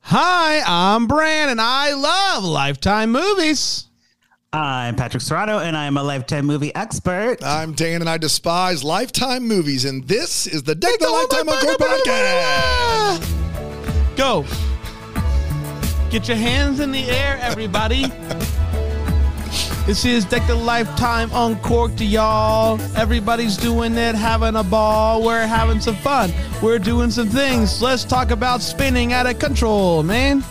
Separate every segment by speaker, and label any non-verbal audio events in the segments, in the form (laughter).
Speaker 1: Hi, I'm Bran, and I love Lifetime movies.
Speaker 2: I'm Patrick Serrano, and I'm a lifetime movie expert.
Speaker 3: I'm Dan, and I despise Lifetime movies, and this is the Deck the Lifetime Encore podcast.
Speaker 1: Go. Get your hands in the air, everybody. this is Deck the Lifetime Encore to y'all. Everybody's doing it, having a ball. We're having some fun. We're doing some things. Let's talk about spinning out of control, man.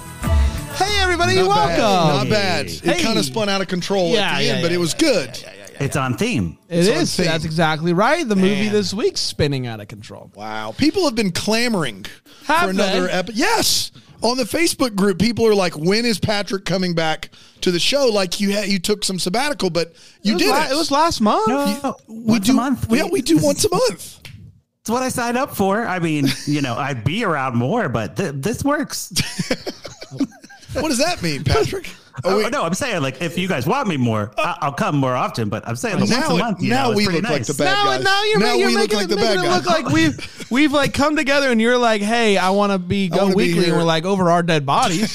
Speaker 1: Hey, everybody,
Speaker 3: Not bad.
Speaker 1: welcome.
Speaker 3: Not bad.
Speaker 1: Hey.
Speaker 3: It kind of spun out of control
Speaker 1: Yeah,
Speaker 3: at the
Speaker 1: yeah,
Speaker 3: end, but
Speaker 1: yeah,
Speaker 3: it was good.
Speaker 2: It's on theme.
Speaker 1: It
Speaker 3: It's on
Speaker 1: is.
Speaker 3: theme.
Speaker 1: That's exactly right. The movie
Speaker 3: Man.
Speaker 1: this week's spinning out of control.
Speaker 3: Wow. People have been clamoring
Speaker 1: Have
Speaker 3: for another
Speaker 1: they?
Speaker 3: episode. Yes. On the Facebook group, people are like, when is Patrick coming back to the show? Like, you had, you took some sabbatical, but you
Speaker 1: it was
Speaker 3: did
Speaker 1: la-
Speaker 3: it.
Speaker 1: it was last month.
Speaker 2: No,
Speaker 3: we
Speaker 2: once
Speaker 3: do,
Speaker 2: a month.
Speaker 3: Yeah, we do
Speaker 2: This is-
Speaker 3: once a month.
Speaker 2: It's what I signed up for. I
Speaker 3: (laughs)
Speaker 2: mean, you know, I'd be around more, but th- this works.
Speaker 3: What does
Speaker 1: (laughs)
Speaker 3: that mean, Patrick? Oh,
Speaker 2: Oh, no, I'm saying like if you guys want me more, I- I'll come more often. But I'm saying like once
Speaker 3: Uh, now
Speaker 2: a month. You
Speaker 3: now
Speaker 2: know, it's
Speaker 3: we
Speaker 2: pretty
Speaker 3: look like
Speaker 2: nice.
Speaker 3: the bad
Speaker 1: now,
Speaker 3: guys.
Speaker 1: now you're,
Speaker 3: now
Speaker 1: making, you're
Speaker 3: we look
Speaker 1: making,
Speaker 3: like the
Speaker 1: making
Speaker 3: bad
Speaker 1: it
Speaker 3: guys.
Speaker 1: look like we've we've like come together and you're like, hey, I want to be go
Speaker 3: wanna be
Speaker 1: weekly, and
Speaker 3: here.
Speaker 1: we're like over our dead
Speaker 3: (laughs)
Speaker 1: bodies.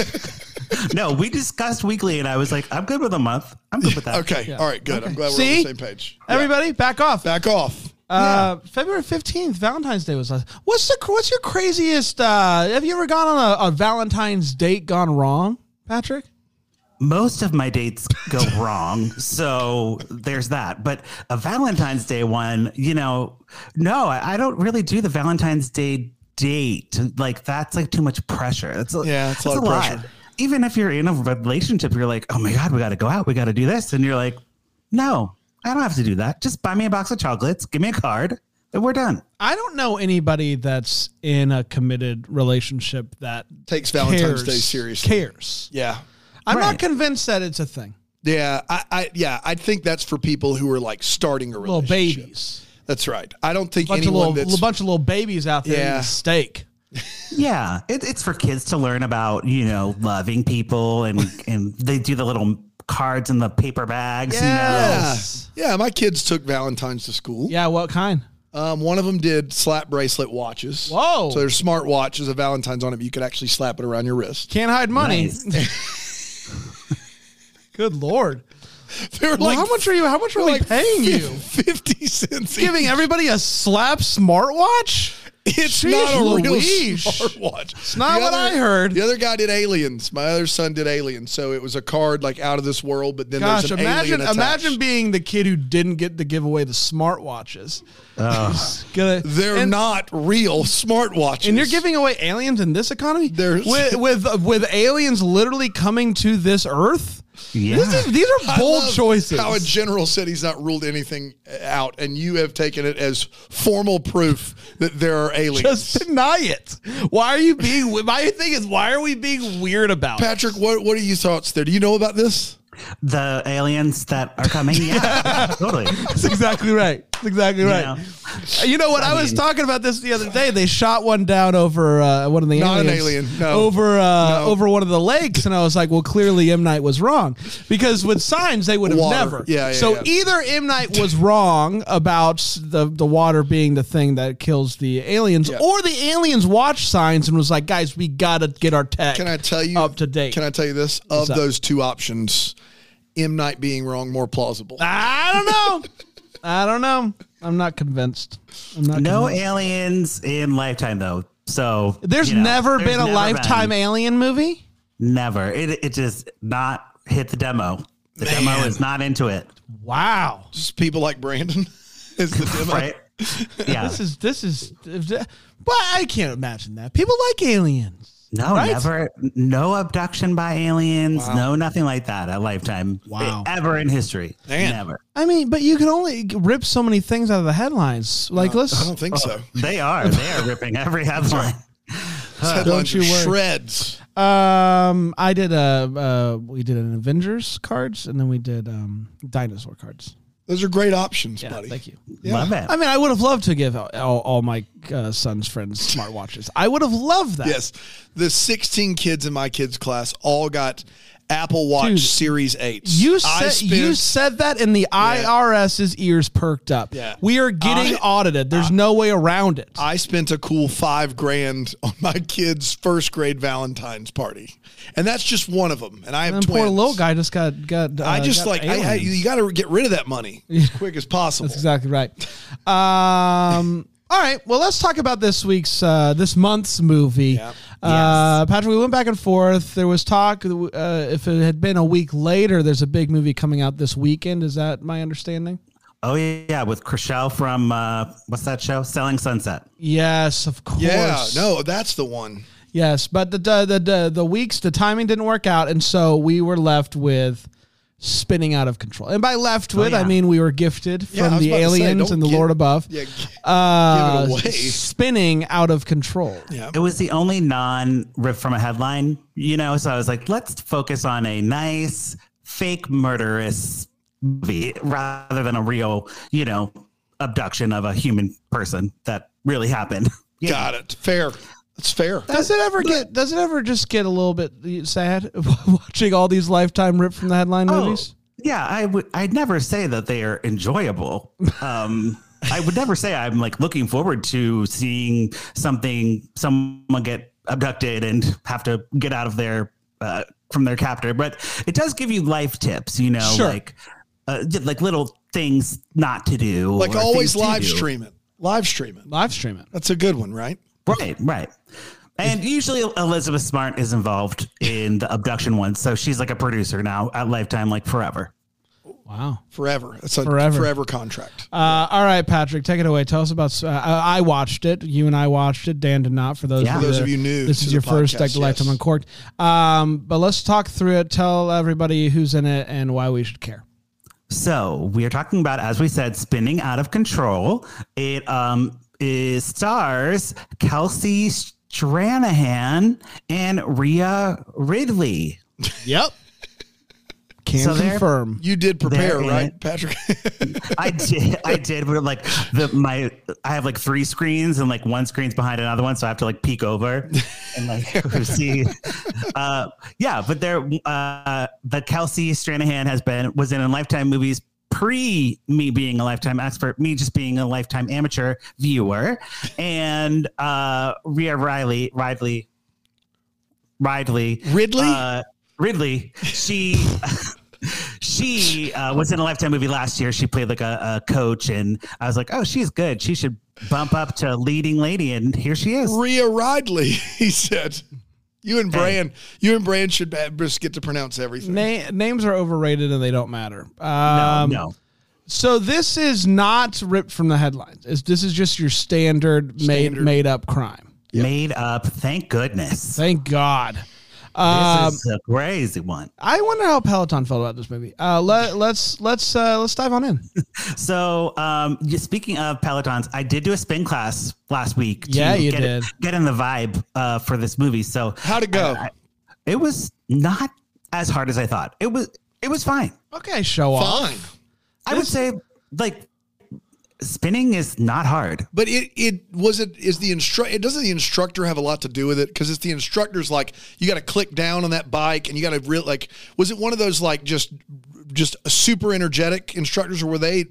Speaker 2: No, we discussed weekly, and I was like, I'm good with a month. I'm good with that.
Speaker 3: (laughs) okay. All right. Good. I'm glad
Speaker 1: See?
Speaker 3: we're on the same page. Yeah.
Speaker 1: Everybody, back off.
Speaker 3: back off.
Speaker 1: Uh, February fifteenth, Valentine's Day was last. What's the what's your craziest? Uh, have you ever gone on a, a Valentine's date gone wrong, Patrick?
Speaker 2: most of my dates go (laughs) wrong. So there's that. But a Valentine's Day one, you know, no, I, I don't really do the Valentine's Day date. Like that's like too much pressure. That's a,
Speaker 3: Yeah, it's a lot of pressure.
Speaker 2: Even if you're in a relationship, you're like, oh my God, we got to go out. We got to do this. And you're like, no, I don't have to do that. Just buy me a box of chocolates, give me a card, and we're done.
Speaker 1: I don't know anybody that's in a committed relationship that
Speaker 3: Takes Valentine's
Speaker 1: cares-
Speaker 3: Day seriously.
Speaker 1: Cares.
Speaker 3: Yeah.
Speaker 1: I'm not
Speaker 2: Right.
Speaker 1: convinced that it's a thing.
Speaker 3: Yeah, I, I yeah, I think that's for people who are like starting a
Speaker 1: Little
Speaker 3: relationship.
Speaker 1: babies.
Speaker 3: That's right. I don't think
Speaker 1: bunch of
Speaker 3: anyone
Speaker 1: little,
Speaker 3: that's
Speaker 1: little bunch of little babies out there
Speaker 3: Yeah.
Speaker 1: eating steak.
Speaker 2: Yeah, it, it's for kids to learn about you know loving people and and they do the little cards in the paper bags.
Speaker 3: yeah.
Speaker 2: You know?
Speaker 3: yeah, my kids took Valentine's to school.
Speaker 1: Yeah, what kind?
Speaker 3: Um, one of them did slap bracelet watches.
Speaker 1: Whoa.
Speaker 3: So there's smart watches, a Valentine's on it, but you could actually slap it around your wrist. (laughs)
Speaker 1: Can't hide money. (laughs) Good lord.
Speaker 3: They were
Speaker 1: Well,
Speaker 3: like,
Speaker 1: how much are you how much
Speaker 3: they
Speaker 1: are
Speaker 3: were
Speaker 1: we
Speaker 3: like
Speaker 1: paying
Speaker 3: fif-
Speaker 1: you?
Speaker 3: Fifty cents.
Speaker 1: Giving
Speaker 3: each.
Speaker 1: everybody a slap smartwatch?
Speaker 3: (laughs) It's
Speaker 1: Jeez
Speaker 3: not a real
Speaker 1: Louise.
Speaker 3: smart watch. It's
Speaker 1: not what I heard.
Speaker 3: The other guy did aliens. My other son did aliens. So it was a card like out of this world, but then
Speaker 1: Gosh,
Speaker 3: there's an
Speaker 1: imagine
Speaker 3: alien attached.
Speaker 1: imagine being the kid who didn't get to give away the smartwatches. (laughs) It's gonna-
Speaker 3: They're
Speaker 1: and-
Speaker 3: not real smartwatches.
Speaker 1: And you're giving away aliens in this economy?
Speaker 3: There's-
Speaker 1: (laughs) With with with aliens literally coming to this earth?
Speaker 2: Yeah.
Speaker 1: This is- these are
Speaker 3: I
Speaker 1: bold
Speaker 3: love
Speaker 1: choices.
Speaker 3: How a general said he's not ruled anything out, and you have taken it as formal proof that there are
Speaker 1: (laughs)
Speaker 3: aliens.
Speaker 1: Just deny it. Why are you being? My thing is, why are we being weird about? it?
Speaker 3: Patrick, what what are your thoughts there? Do you know about this?
Speaker 2: The aliens that are coming.
Speaker 1: (laughs)
Speaker 2: Yeah, totally.
Speaker 1: That's exactly right. That's exactly right.
Speaker 2: know.
Speaker 1: You know what? I, was
Speaker 2: mean-
Speaker 1: talking about this the other day. They shot one down over uh, one of the
Speaker 3: Not an
Speaker 1: aliens
Speaker 3: alien, no.
Speaker 1: over uh,
Speaker 3: No.
Speaker 1: over one of the lakes, and I was like, well, clearly M Night was wrong because with signs they would have
Speaker 3: Water.
Speaker 1: never.
Speaker 3: Yeah, yeah,
Speaker 1: so
Speaker 3: yeah.
Speaker 1: either M Night was wrong about the the water being the thing that kills the aliens,
Speaker 3: Yeah.
Speaker 1: or the aliens watched signs and was like, guys, we gotta get our tech.
Speaker 3: Can I tell you
Speaker 1: up to date?
Speaker 3: Can I tell you this? Of
Speaker 1: up?
Speaker 3: those two options, M Night being wrong more plausible.
Speaker 1: I don't
Speaker 2: (laughs)
Speaker 1: know. I don't know. I'm not convinced. I'm not.
Speaker 2: No
Speaker 1: convinced.
Speaker 2: aliens in Lifetime though. So
Speaker 1: There's
Speaker 2: you know,
Speaker 1: never
Speaker 2: there's
Speaker 1: been a
Speaker 2: never
Speaker 1: lifetime
Speaker 2: been.
Speaker 1: alien movie.
Speaker 2: never. It it just not hit the demo. The demo is not into it.
Speaker 1: Wow.
Speaker 3: Just people like Brandon (laughs) is the
Speaker 1: (laughs)
Speaker 3: demo.
Speaker 2: Right. Yeah.
Speaker 1: This is this is. But I can't imagine that people like aliens.
Speaker 2: No,
Speaker 1: Right?
Speaker 2: never. No abduction by aliens. No, nothing like that at Lifetime.
Speaker 1: Wow.
Speaker 2: Ever in history.
Speaker 3: Man.
Speaker 2: Never.
Speaker 1: I mean, but you can only rip so many things out of the headlines. Like,
Speaker 2: Uh,
Speaker 3: I
Speaker 1: let's.
Speaker 3: don't think so.
Speaker 2: They are. They are
Speaker 1: (laughs)
Speaker 2: ripping every headline.
Speaker 3: These headlines
Speaker 1: you
Speaker 3: are
Speaker 1: worry.
Speaker 3: shreds.
Speaker 2: uh-huh.
Speaker 1: Um, I did a. Uh, we did an Avengers cards, and then we did um dinosaur cards.
Speaker 3: Those are great options,
Speaker 1: Yeah,
Speaker 3: buddy.
Speaker 1: thank you.
Speaker 2: Love it.
Speaker 1: I mean, I would have loved to give all, all, all my uh, son's friends
Speaker 3: (laughs)
Speaker 1: smartwatches. I would have loved that.
Speaker 3: Yes. The 16 kids in my kids' class all got Apple Watch
Speaker 1: Dude,
Speaker 3: Series 8.
Speaker 1: You
Speaker 3: I
Speaker 1: said
Speaker 3: spent,
Speaker 1: you said that, and the IRS's ears perked up.
Speaker 3: Yeah.
Speaker 1: we are getting audited. There's no way around it.
Speaker 3: I spent a cool five grand on my kid's first grade Valentine's party. And that's just one of them. And I have
Speaker 1: and
Speaker 3: twins.
Speaker 1: poor little guy just got got.
Speaker 3: I
Speaker 1: uh,
Speaker 3: just
Speaker 1: got
Speaker 3: like, I, I,
Speaker 1: aliens.
Speaker 3: you got to get rid of
Speaker 1: (laughs)
Speaker 3: that money as quick as possible.
Speaker 1: That's exactly right. (laughs) Um, all right. Well, let's talk about this week's, uh, this month's movie. Uh, Patrick, we went back and forth. There was talk. Uh, if it had been a week later, there's a big movie coming out this weekend. Is that my understanding?
Speaker 2: Oh yeah, with Chriselle from uh, what's that show? Selling Sunset.
Speaker 1: Yes, of course.
Speaker 3: Yeah, no, that's the one.
Speaker 1: Yes, but the the, the the the weeks the timing didn't work out, and so we were left with spinning out of control. And by left with, I
Speaker 2: yeah.
Speaker 1: mean we were gifted
Speaker 3: Oh, Yeah, I
Speaker 1: from
Speaker 3: was
Speaker 1: the
Speaker 3: about to say,
Speaker 1: aliens
Speaker 3: don't
Speaker 1: and the
Speaker 3: gi-
Speaker 1: Lord above.
Speaker 3: Yeah, g-
Speaker 1: uh,
Speaker 3: give it away.
Speaker 1: spinning out of control.
Speaker 3: yeah.
Speaker 2: It was the only non rip from a headline, you know. So I was like, let's focus on a nice fake murderous movie rather than a real, you know, abduction of a human person that really happened. (laughs) Yeah.
Speaker 3: Got it. Fair. That's fair.
Speaker 1: Does it ever get? Does it ever just get a little bit uh, sad (laughs) watching all these lifetime rip from the headline
Speaker 2: Oh,
Speaker 1: movies?
Speaker 2: yeah, I would. I'd never say that they are enjoyable. Um, I would never say I'm like looking forward to seeing something, someone get abducted and have to get out of their uh, from their captor. But it does give you life tips, you know,
Speaker 1: Sure.
Speaker 2: like uh, j- like little things not to do.
Speaker 3: Like
Speaker 2: or
Speaker 3: always
Speaker 2: things to
Speaker 3: live
Speaker 2: do.
Speaker 3: stream it. Live stream it.
Speaker 1: Live stream it.
Speaker 3: That's a good one, right?
Speaker 2: Right, right. And usually Elizabeth Smart is involved in the abduction one, so she's like a producer now at Lifetime, like forever.
Speaker 1: Wow.
Speaker 3: Forever. It's a
Speaker 1: Forever.
Speaker 3: forever, contract.
Speaker 1: Uh, all right, Patrick, take it away. Tell us about. Uh, I I watched it. You and I watched it. Dan did not. For those,
Speaker 2: Yeah.
Speaker 1: of,
Speaker 2: For
Speaker 3: those
Speaker 1: that-
Speaker 3: of you new
Speaker 1: this
Speaker 3: to
Speaker 1: is
Speaker 3: the
Speaker 1: your first
Speaker 3: podcast,
Speaker 1: Deck the Lifetime
Speaker 3: yes.
Speaker 1: Uncorked. Um, but let's talk through it. Tell everybody who's in it and why we should care.
Speaker 2: So we are talking about, as we said, spinning out of control. It um is stars Kelsey Stranahan and Rhea Ridley.
Speaker 1: Yep. Can
Speaker 2: So there-
Speaker 1: confirm.
Speaker 3: You did
Speaker 2: They're
Speaker 3: prepare,
Speaker 2: in
Speaker 3: (laughs) right,
Speaker 2: it.
Speaker 3: Patrick?
Speaker 2: (laughs) I did, I did, but like the my, I have like three screens and like one screen's behind another one, so I have to like peek over and like (laughs) see. Uh, yeah, but there, uh, the Kelsey Stranahan has been was in a Lifetime movies pre me being a Lifetime expert, me just being a Lifetime amateur viewer, and uh, Rhea Riley, Ridley, Ridley,
Speaker 3: Ridley?
Speaker 2: uh, Ridley, she she uh, was in a Lifetime movie last year. She played like a, a coach, and I was like, oh, she's good. She should bump up to leading lady, and here she is.
Speaker 3: Rhea Ridley, (laughs) he said. You and Bran, you and Bran should ba- just get to pronounce everything.
Speaker 1: Na- names are overrated and they don't matter.
Speaker 2: No,
Speaker 1: Um,
Speaker 2: no,
Speaker 1: So this is not ripped from the headlines. It's, this is just your standard, made
Speaker 3: Standard.
Speaker 1: made up crime.
Speaker 2: made up. Thank goodness.
Speaker 1: Thank God. Um,
Speaker 2: this is a crazy one.
Speaker 1: I wonder how Peloton felt about this movie. Uh, let, let's let's uh, let's dive on
Speaker 3: (laughs)
Speaker 1: in.
Speaker 2: So, um, y- speaking of Pelotons, I did do a spin class last week.
Speaker 1: Yeah, you
Speaker 2: get,
Speaker 1: did.
Speaker 2: Get in the vibe uh, for this movie. So
Speaker 3: How'd it go?
Speaker 2: it was not as hard as I thought. It was. It was fine.
Speaker 1: Okay, show off.
Speaker 3: Fine.
Speaker 2: I would say like spinning is not hard.
Speaker 3: But it it was it is the instruct it doesn't the instructor have a lot to do with it because it's the instructor's like you got to click down on that bike and you got to real like was it one of those like just just super energetic instructors or were they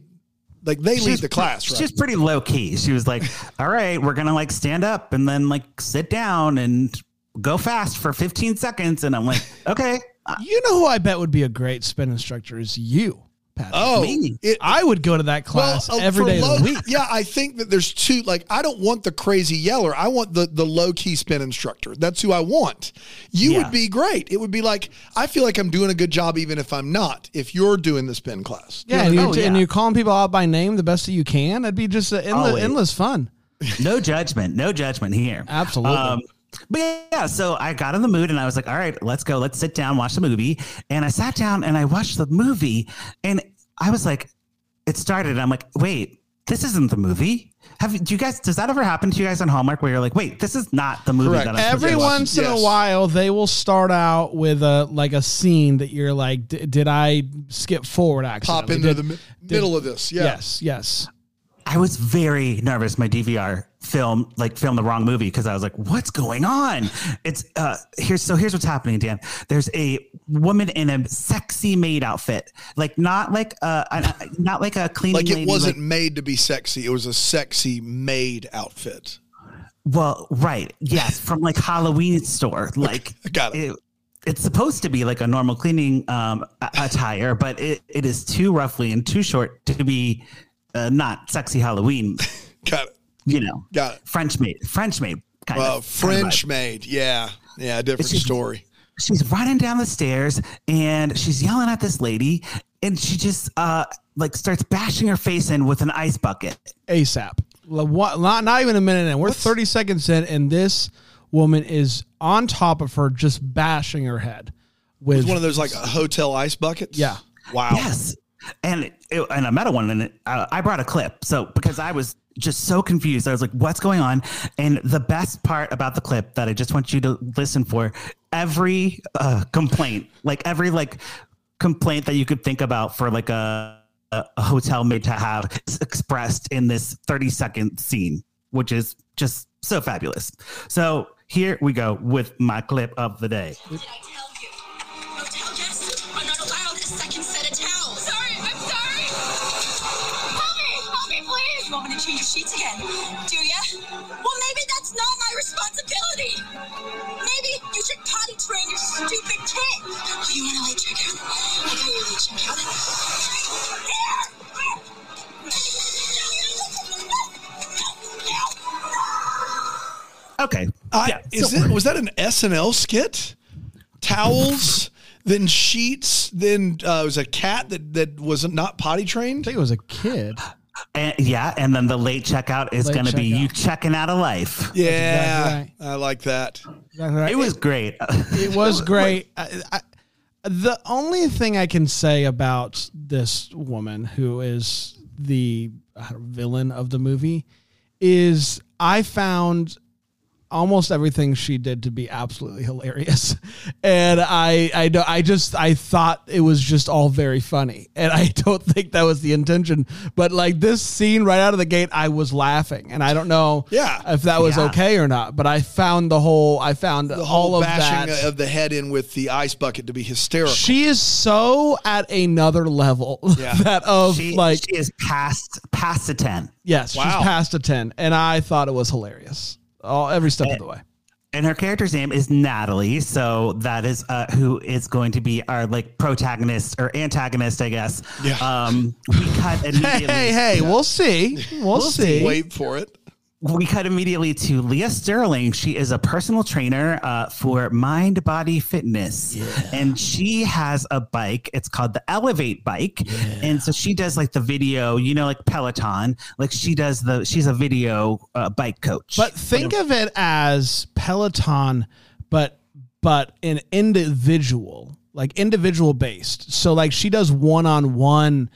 Speaker 3: like they lead
Speaker 2: She's
Speaker 3: the class right
Speaker 2: She's pretty low key. She was like, (laughs) "All right, we're gonna like stand up and then like sit down and go fast for 15 seconds." And I'm like, (laughs) "Okay, I-
Speaker 1: You know who I bet would be a great spin instructor is you, Patrick.
Speaker 3: oh
Speaker 2: me.
Speaker 3: it,
Speaker 1: I would go to that class
Speaker 3: uh,
Speaker 1: every
Speaker 3: for
Speaker 1: day of
Speaker 3: low-
Speaker 1: the week.
Speaker 3: Yeah, I think that there's two. Like, I don't want the crazy yeller. I want the the low key spin instructor. That's who I want. You
Speaker 2: Yeah.
Speaker 3: would be great. It would be like I feel like I'm doing a good job even if I'm not. If you're doing the spin class,
Speaker 1: Yeah, and
Speaker 2: Oh,
Speaker 1: you're, and
Speaker 2: yeah.
Speaker 1: you're calling people out by name the best that you can. That'd be just uh, endless,
Speaker 3: Oh,
Speaker 2: Always.
Speaker 1: endless fun.
Speaker 2: no judgment, no judgment here." Um,
Speaker 1: Absolutely.
Speaker 2: but yeah, so I got in the mood and I was like, "All right, let's go. Let's sit down, watch the movie." And I sat down and I watched the movie, and I was like, "It started." And I'm like, "Wait, this isn't the movie." Have do you guys? Does that ever happen to you guys on Hallmark where you're like, "Wait, this is not the movie
Speaker 3: Correct.
Speaker 2: that I'm supposed to
Speaker 1: Every
Speaker 2: be watching?"
Speaker 1: once in a
Speaker 3: Yes.
Speaker 1: while, they will start out with a like a scene that you're like, "D- did I skip forward? Actually,
Speaker 3: pop into the mi- middle of this. Yeah.
Speaker 1: Yes, yes.
Speaker 2: I was very nervous. My DVR film like film the wrong movie because I was like, what's going on? It's uh here's so here's what's happening, Dan. There's a woman in a sexy maid outfit, like not like uh an- not like a cleaning
Speaker 3: Like
Speaker 2: lady,
Speaker 3: it wasn't
Speaker 2: like-
Speaker 3: made to be sexy. It was a sexy made outfit.
Speaker 2: well, right? Yes, from like Halloween store, like
Speaker 3: Got it.
Speaker 2: it's supposed to be like a normal cleaning um, a- attire, but it, it is too roughly and too short to be uh, not sexy Halloween.
Speaker 3: Got it.
Speaker 2: You know,
Speaker 3: Got it.
Speaker 2: French maid, French maid, kind
Speaker 3: Uh,
Speaker 2: of kind of vibe.
Speaker 3: French made. Yeah. Yeah. Different
Speaker 2: It's just-
Speaker 3: story.
Speaker 2: she's running down the stairs and she's yelling at this lady and she just uh like starts bashing her face in with an ice bucket
Speaker 1: ASAP. La- wha- Not, not even a minute in. We're 30 seconds in, and this woman is on top of her, just bashing her head with
Speaker 3: It's one of those like hotel ice buckets.
Speaker 1: Yeah.
Speaker 3: Wow.
Speaker 2: yes and it, it- and I met a one and it, uh, I brought a clip so because I was just so confused I was like what's going on and the best part about the clip that I just want you to listen for every uh, complaint like every like complaint that you could think about for like a a a hotel made to have is expressed in this 30 second scene, which is just so fabulous. So here we go with my clip of the day.
Speaker 4: Did I tell you? Hotel guests are not allowed a second set of towels. Sorry, I'm sorry. Help me, help me, please. You want me to change your sheets again? Do ya? Well, maybe that's not my responsibility. Maybe you should potty train your stupid kid. Oh, you want a late checkout? I got your late checkout. Here!
Speaker 2: Okay.
Speaker 3: I,
Speaker 2: Yeah,
Speaker 3: is
Speaker 2: so-
Speaker 3: it was that an SNL skit? Towels, (laughs) then sheets, then uh, it was a cat that that was not potty
Speaker 1: I
Speaker 3: trained.
Speaker 1: think it was a kid.
Speaker 2: and, yeah, and then the late checkout is
Speaker 1: Late
Speaker 2: going to be
Speaker 1: checkout.
Speaker 2: you checking out of life.
Speaker 3: Yeah,
Speaker 1: exactly
Speaker 3: I like that.
Speaker 2: It was great. (laughs)
Speaker 1: It was great. I, I, the only thing I can say about this woman, who is the uh, villain of the movie, is I found almost everything she did to be absolutely hilarious, (laughs) and I I do, I just I thought it was just all very funny, and I (laughs) don't think that was the intention. But like this scene right out of the gate, I was laughing, and I don't know
Speaker 3: Yeah.
Speaker 1: if that was
Speaker 2: Yeah.
Speaker 1: okay or not. But I found the whole I found
Speaker 3: The whole
Speaker 1: all of
Speaker 3: bashing
Speaker 1: that.
Speaker 3: of the head in with the ice bucket to be hysterical.
Speaker 1: She is so at another level (laughs)
Speaker 3: Yeah.
Speaker 1: that of
Speaker 2: she,
Speaker 1: like
Speaker 2: she is past past the 10.
Speaker 1: yes,
Speaker 3: Wow.
Speaker 1: she's past a ten, and I thought it was hilarious, all every step of the way.
Speaker 2: And her character's name is Natalie, so that is uh, who is going to be our like protagonist or antagonist, I guess.
Speaker 3: Yeah.
Speaker 2: Um, we
Speaker 1: (laughs)
Speaker 2: cut
Speaker 1: Hey,
Speaker 2: immediately.
Speaker 1: hey, hey! We'll see. We'll, see.
Speaker 3: Wait for it.
Speaker 2: we cut immediately to Leah Sterling. She is a personal trainer uh, for Mind Body Fitness, and she has a bike. It's called the Elevate Bike, and so she does like the video, you know, like Peloton. Like she does the she's a video uh, bike coach.
Speaker 1: But think of it as Peloton, but but an individual, like individual based. So like she does one on one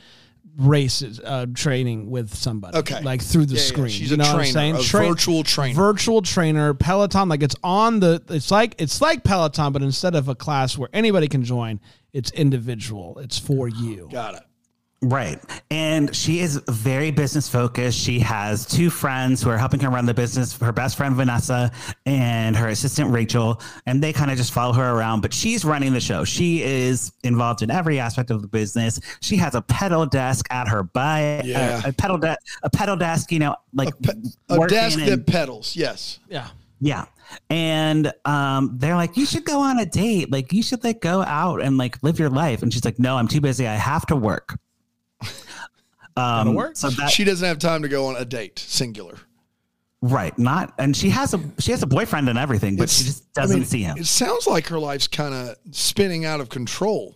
Speaker 1: races uh, training with somebody.
Speaker 3: Okay.
Speaker 1: Like through the
Speaker 3: Yeah, yeah.
Speaker 1: screen.
Speaker 3: She's
Speaker 1: you
Speaker 3: a
Speaker 1: know what
Speaker 3: trainer,
Speaker 1: I'm saying?
Speaker 3: a virtual trainer.
Speaker 1: Virtual trainer, Peloton. Like it's on the it's like it's like Peloton, but instead of a class where anybody can join, it's individual. It's for you.
Speaker 3: Got it.
Speaker 2: Right. And she is very business focused. She has two friends who are helping her run the business her best friend, Vanessa, and her assistant, Rachel. And they kind of just follow her around, but she's running the show. She is involved in every aspect of the business. She has a pedal desk at her bike,
Speaker 3: Yeah.
Speaker 2: a, a pedal desk, a pedal desk, you know, like
Speaker 3: A
Speaker 2: working
Speaker 3: desk
Speaker 2: and-
Speaker 3: that pedals. Yes.
Speaker 1: Yeah.
Speaker 2: yeah. And um, they're like, you should go on a date. Like, you should like go out and like live your life. And she's like, no, I'm too busy. I have to
Speaker 3: (laughs)
Speaker 2: work. Um,
Speaker 1: work?
Speaker 2: So that
Speaker 3: She doesn't have time to go on a date. Singular.
Speaker 2: right, not and she has a she has a boyfriend and everything, but she
Speaker 3: It's-
Speaker 2: just doesn't
Speaker 3: I mean,
Speaker 2: see him.
Speaker 3: It sounds like her life's kind of spinning out of control.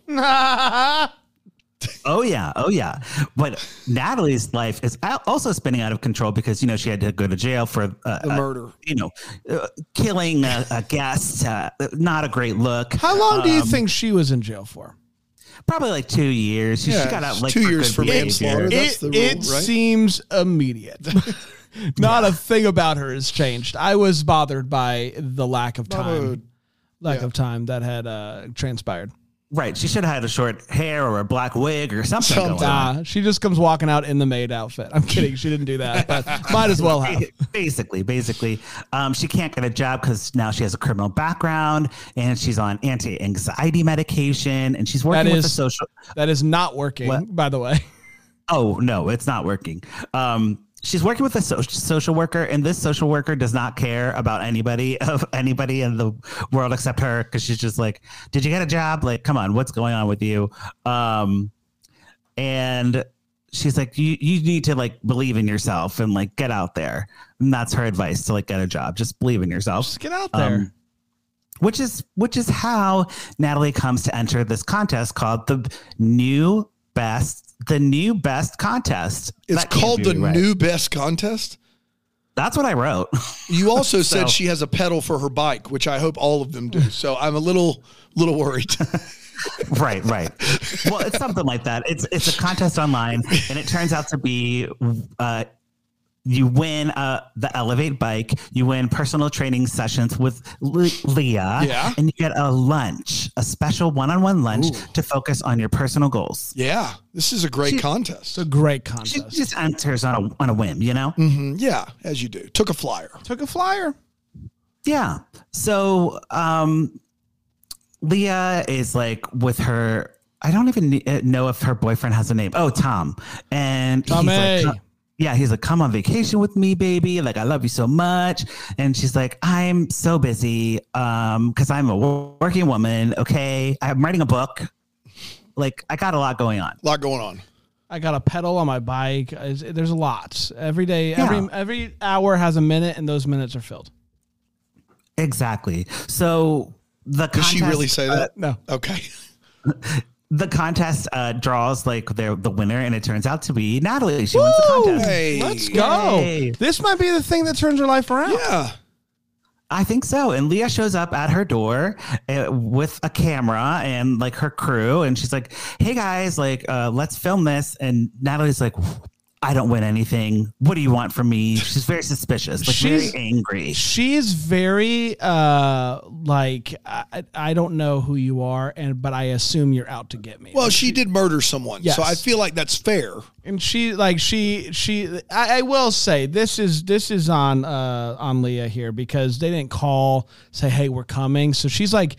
Speaker 2: Oh yeah, oh yeah. But Natalie's life is al- also spinning out of control because you know she had to go to jail for uh,
Speaker 3: The
Speaker 2: uh,
Speaker 3: murder.
Speaker 2: you know, uh, killing a, a guest. Uh, not a great look.
Speaker 1: How long do you
Speaker 2: Um,
Speaker 1: think she was in jail for?
Speaker 2: Probably like two years. She, she
Speaker 3: Yeah,
Speaker 2: got out like
Speaker 3: two
Speaker 2: for
Speaker 3: years
Speaker 2: good
Speaker 3: for
Speaker 2: behavior.
Speaker 3: manslaughter. That's
Speaker 1: it,
Speaker 3: the
Speaker 1: it
Speaker 3: rule, right?
Speaker 1: seems immediate. (laughs) Not a thing about her has changed. I was bothered by the lack of time,
Speaker 3: Bothered.
Speaker 1: lack
Speaker 3: Yeah.
Speaker 1: of time that had uh, transpired.
Speaker 2: Right. She should have had a short hair or a black wig or something.
Speaker 3: Something.
Speaker 2: Going on.
Speaker 1: Nah, she just comes walking out in the maid outfit. I'm kidding. She didn't do that, but might as well have.
Speaker 2: Basically, basically, um, she can't get a job because now she has a criminal background and she's on anti-anxiety medication and she's working
Speaker 1: That
Speaker 2: with a
Speaker 1: is-
Speaker 2: social.
Speaker 1: That is not working,
Speaker 2: What?
Speaker 1: by the way.
Speaker 2: Oh no, it's not working. Um, she's working with a so- social worker, and this social worker does not care about anybody (laughs) of anybody in the world except her because she's just like, "Did you get a job? Like, come on, what's going on with you?" Um, and she's like, "You you need to like believe in yourself and like get out there." And that's her advice to like get a job. Just believe in yourself
Speaker 1: Just get out
Speaker 2: Um,
Speaker 1: there.
Speaker 2: which is which is how Natalie comes to enter this contest called the new best the new best contest.
Speaker 3: It's
Speaker 2: That can't
Speaker 3: called
Speaker 2: be
Speaker 3: the
Speaker 2: right.
Speaker 3: new best contest.
Speaker 2: That's what I wrote. (laughs)
Speaker 3: You
Speaker 1: (laughs)
Speaker 3: also said
Speaker 2: So-
Speaker 3: she has a pedal for her bike, which I hope all of them do. So I'm a little little worried. (laughs)
Speaker 2: right, right. Well, it's something like that. It's it's a contest online, and it turns out to be. Uh, you win uh, the Elevate bike. You win personal training sessions with Le- Leah,
Speaker 3: Yeah.
Speaker 2: and you get a lunch, a special one-on-one lunch to focus on your personal goals.
Speaker 3: yeah, this is a great contest.
Speaker 1: It's a great
Speaker 2: She
Speaker 1: contest.
Speaker 2: just enters on a on a whim, you know.
Speaker 3: Mhm, yeah, as you do. Took a flyer.
Speaker 1: Took a flyer.
Speaker 2: Yeah. So um Leah is like with her I don't even kn- uh, know if her boyfriend has a name. Oh, Tom. And
Speaker 1: Tommy.
Speaker 2: he's like "Come-" Yeah, he's like come on vacation with me, baby. Like I love you so much. And she's like I'm so busy um cuz I'm a wo- working woman, okay? I'm writing a book. Like I got a lot going on.
Speaker 3: A lot going on.
Speaker 1: I got a pedal on my bike. Is- There's lots every day.
Speaker 2: Yeah.
Speaker 1: Every every hour has a minute, and those minutes are filled.
Speaker 2: Exactly. So the
Speaker 3: Did she
Speaker 2: contest-
Speaker 3: really say that?
Speaker 1: No,
Speaker 3: Okay.
Speaker 2: the contest uh, draws like their the winner, and it turns out to be Natalie. She wins the contest.
Speaker 3: Hey.
Speaker 1: let's go.
Speaker 2: Yay.
Speaker 1: This might be the thing that turns your life around.
Speaker 3: Yeah.
Speaker 2: I think so. And Leah shows up at her door uh, with a camera and like her crew, and she's like, "Hey guys, like uh, let's film this." And Natalie's like. I don't win anything. What do you want from me? She's very suspicious, like
Speaker 1: She's-
Speaker 2: very angry.
Speaker 1: She's very uh like I, I don't know who you are, and but I assume you're out to get me.
Speaker 3: Well, she did murder someone,
Speaker 1: Yes.
Speaker 3: so I feel like that's fair.
Speaker 1: and she like she she I, I will say this is this is on uh on leah here because they didn't call say hey we're coming so she's like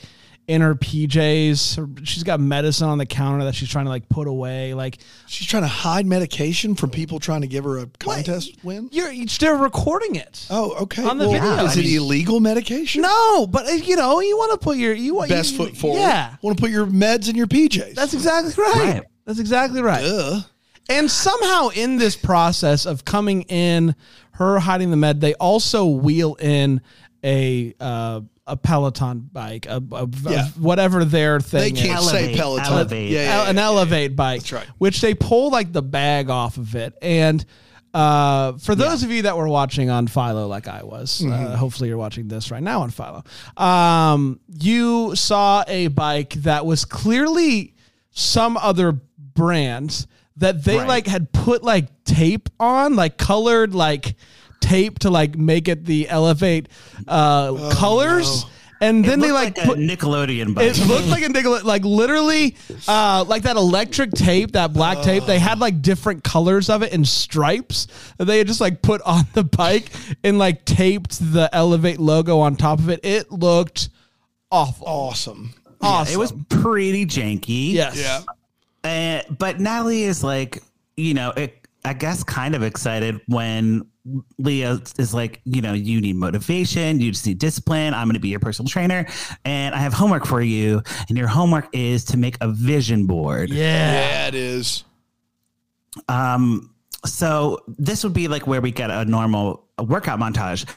Speaker 1: in her pjs she's got medicine on the counter that she's trying to like put away like
Speaker 3: She's trying to hide medication from people trying to give her a contest win.
Speaker 1: you're they're recording it
Speaker 3: Oh, okay.
Speaker 1: On the video,
Speaker 3: is
Speaker 1: I
Speaker 3: it
Speaker 1: mean-
Speaker 3: illegal medication?
Speaker 1: no but uh, you know you want to put your you want
Speaker 3: Best
Speaker 1: you-
Speaker 3: foot forward.
Speaker 1: yeah
Speaker 3: Want to put your meds in your PJs?
Speaker 1: that's exactly right,
Speaker 2: Right.
Speaker 1: that's exactly right
Speaker 3: Ugh.
Speaker 1: And somehow in this process of coming in, her hiding the med, they also wheel in a uh, a Peloton bike, a, a- a-
Speaker 3: Yeah.
Speaker 1: whatever their
Speaker 3: They
Speaker 1: thing is.
Speaker 3: can't say
Speaker 2: Elevate,
Speaker 3: Peloton.
Speaker 2: elevate.
Speaker 3: Yeah, yeah,
Speaker 1: El-
Speaker 3: yeah,
Speaker 1: an
Speaker 3: yeah.
Speaker 1: elevate bike,
Speaker 3: That's right.
Speaker 1: which they pull like the bag off of it. And uh, for those of you that were watching on Philo, like I was,
Speaker 3: Mm-hmm.
Speaker 1: uh, hopefully you're watching this right now on Philo. Um, you saw a bike that was clearly some other brand that they
Speaker 2: Right.
Speaker 1: like had put like tape on, like colored like tape to like make it the elevate uh,
Speaker 3: Oh,
Speaker 1: colors. And then they
Speaker 2: Looked
Speaker 1: like,
Speaker 2: a
Speaker 1: put
Speaker 2: Nickelodeon
Speaker 1: it
Speaker 2: budget.
Speaker 1: looked like a nickel, like literally, uh, like that electric tape, that black tape. They had like different colors of it and stripes that they had just like put on the bike and like taped the Elevate logo on top of it. It looked awful,
Speaker 3: Awesome.
Speaker 1: awesome.
Speaker 2: It was pretty janky.
Speaker 1: yes,
Speaker 3: Yeah.
Speaker 2: Uh, but Natalie is like, you know, it, I guess kind of excited when Leah is like, you know, you need motivation, you just need discipline. I'm going to be your personal trainer, and I have homework for you. And your homework is to make a vision board.
Speaker 1: yeah.
Speaker 3: Yeah, it is.
Speaker 2: Um, so this would be like where we get a normal workout montage,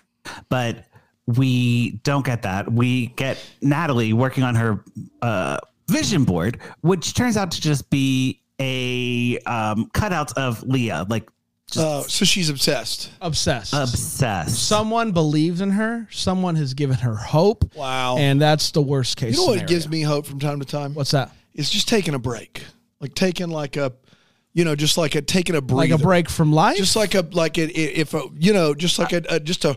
Speaker 2: but we don't get that. We get Natalie working on her uh, vision board, which turns out to just be a um, cutout of Leah, like just
Speaker 3: Oh, so she's obsessed.
Speaker 1: Obsessed.
Speaker 2: obsessed.
Speaker 1: someone believes in her. Someone has given her hope.
Speaker 3: Wow.
Speaker 1: And that's the worst case.
Speaker 3: you know
Speaker 1: scenario.
Speaker 3: what gives me hope from time to time?
Speaker 1: What's that?
Speaker 3: It's just taking a break, like taking like a, you know, just like a taking a breather.
Speaker 1: Like a break from life.
Speaker 3: Just like a like a, i- if a, you know, (sighs) just like a, a just a,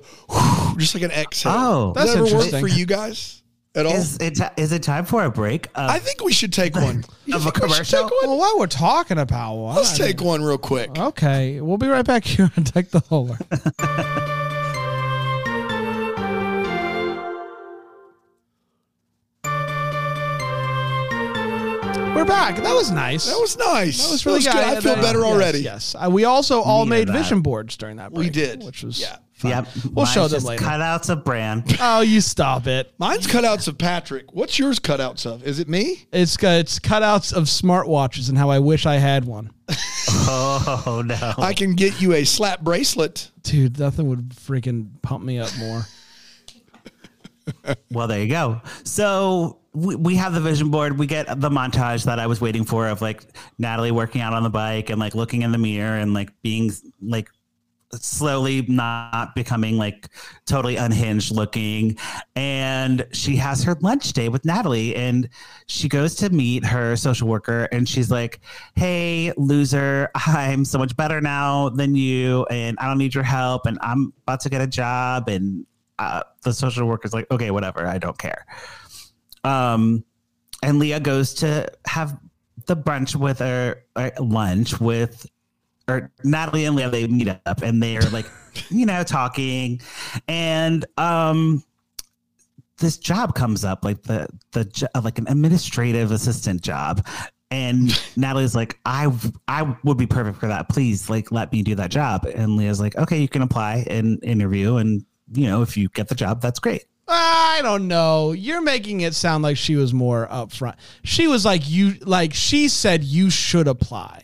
Speaker 3: just like an exhale.
Speaker 2: Oh.
Speaker 3: Does
Speaker 1: That's
Speaker 3: that ever work
Speaker 1: interesting.
Speaker 3: for you guys? at all?
Speaker 2: Is it, ti- is it time for a break? Of,
Speaker 3: I think we should
Speaker 1: (laughs)
Speaker 3: take one. You
Speaker 2: Of a
Speaker 3: think we should
Speaker 2: commercial?
Speaker 3: take one?
Speaker 1: Well, while we're talking about one,
Speaker 3: Let's
Speaker 1: I
Speaker 3: take one real quick.
Speaker 1: mean- Okay, we'll be right back here on Deck the Holler. we're back. That was nice.
Speaker 3: That was nice.
Speaker 1: That was really
Speaker 3: good. I
Speaker 1: good.
Speaker 3: feel better
Speaker 1: yes,
Speaker 3: already.
Speaker 1: Yes, Uh, we also all
Speaker 2: Needed
Speaker 1: made
Speaker 2: that.
Speaker 1: vision boards during that. Break,
Speaker 3: We did.
Speaker 1: which was
Speaker 3: Yeah.
Speaker 1: fun.
Speaker 2: Yep.
Speaker 1: We'll show
Speaker 2: Mine's
Speaker 1: them
Speaker 2: just
Speaker 1: later.
Speaker 2: Cutouts of brand.
Speaker 1: (laughs) Oh, you stop it!
Speaker 3: Mine's cutouts of Patrick. What's yours cutouts of? Is it me?
Speaker 1: It's got- it's cutouts of smartwatches and how I wish I had one,
Speaker 2: Oh no.
Speaker 3: I can get you a slap bracelet.
Speaker 1: dude. Nothing would freaking pump me up (laughs) more.
Speaker 2: Well, there you go. So we, we have the vision board. We get the montage that I was waiting for of like Natalie working out on the bike and like looking in the mirror and like being like slowly not becoming like totally unhinged looking. And she has her lunch day with Natalie and she goes to meet her social worker and she's like, Hey, loser, I'm so much better now than you and I don't need your help and I'm about to get a job. And uh, the social worker's like, Okay, whatever, I don't care. Um, and Leah goes to have the brunch with her, or lunch with or Natalie and Leah, they meet up and they're like, you know, talking. And um this job comes up, like the the jo- like an administrative assistant job.
Speaker 1: (laughs)
Speaker 2: And Natalie's like, I I would be perfect for that. Please, like, let me do that job. And Leah's like, okay, you can apply and interview, and you know, if you get the job, that's great.
Speaker 1: I don't know. You're making it sound like she was more upfront. She was like you, like she said you should apply.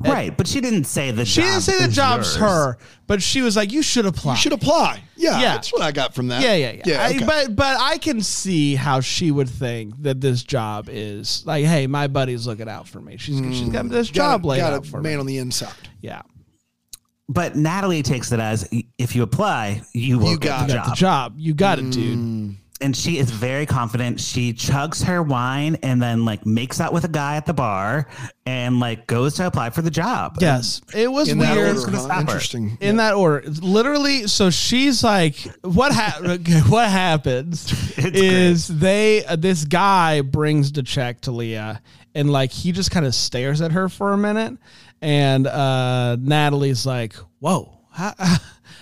Speaker 2: right, but she didn't say the
Speaker 1: She
Speaker 2: job
Speaker 1: didn't say the
Speaker 2: is
Speaker 1: job's
Speaker 2: yours.
Speaker 1: her, but she was like you should apply.
Speaker 3: You should apply. Yeah,
Speaker 1: Yeah.
Speaker 3: That's what I got from that.
Speaker 1: Yeah, yeah, yeah. I-
Speaker 3: Yeah. okay.
Speaker 1: but but I can see how she would think that this job is like, hey, my buddy's looking out for me. She's she's got this
Speaker 3: Hmm. Got a-
Speaker 1: job laid
Speaker 3: got
Speaker 1: out
Speaker 3: a
Speaker 1: for
Speaker 3: man
Speaker 1: me.
Speaker 3: on the inside.
Speaker 1: yeah,
Speaker 2: But Natalie takes it as if you apply, you will
Speaker 3: You
Speaker 2: get
Speaker 3: got
Speaker 2: the
Speaker 3: it.
Speaker 1: got the job. You got it, dude.
Speaker 3: Hmm.
Speaker 2: and she is very confident. She chugs her wine and then like makes out with a guy at the bar and like goes to apply for the job.
Speaker 1: Yes, it was
Speaker 3: In that
Speaker 1: weird.
Speaker 3: order,
Speaker 2: gonna
Speaker 3: huh?
Speaker 2: stop her.
Speaker 3: Interesting.
Speaker 1: in that order. It's Literally, so she's like, what ha- (laughs) okay, what
Speaker 3: (laughs)
Speaker 1: happens
Speaker 2: great.
Speaker 1: is they uh, this guy brings the check to Leah, and like he just kind of stares at her for a minute, and uh, Natalie's like, whoa. How, (laughs)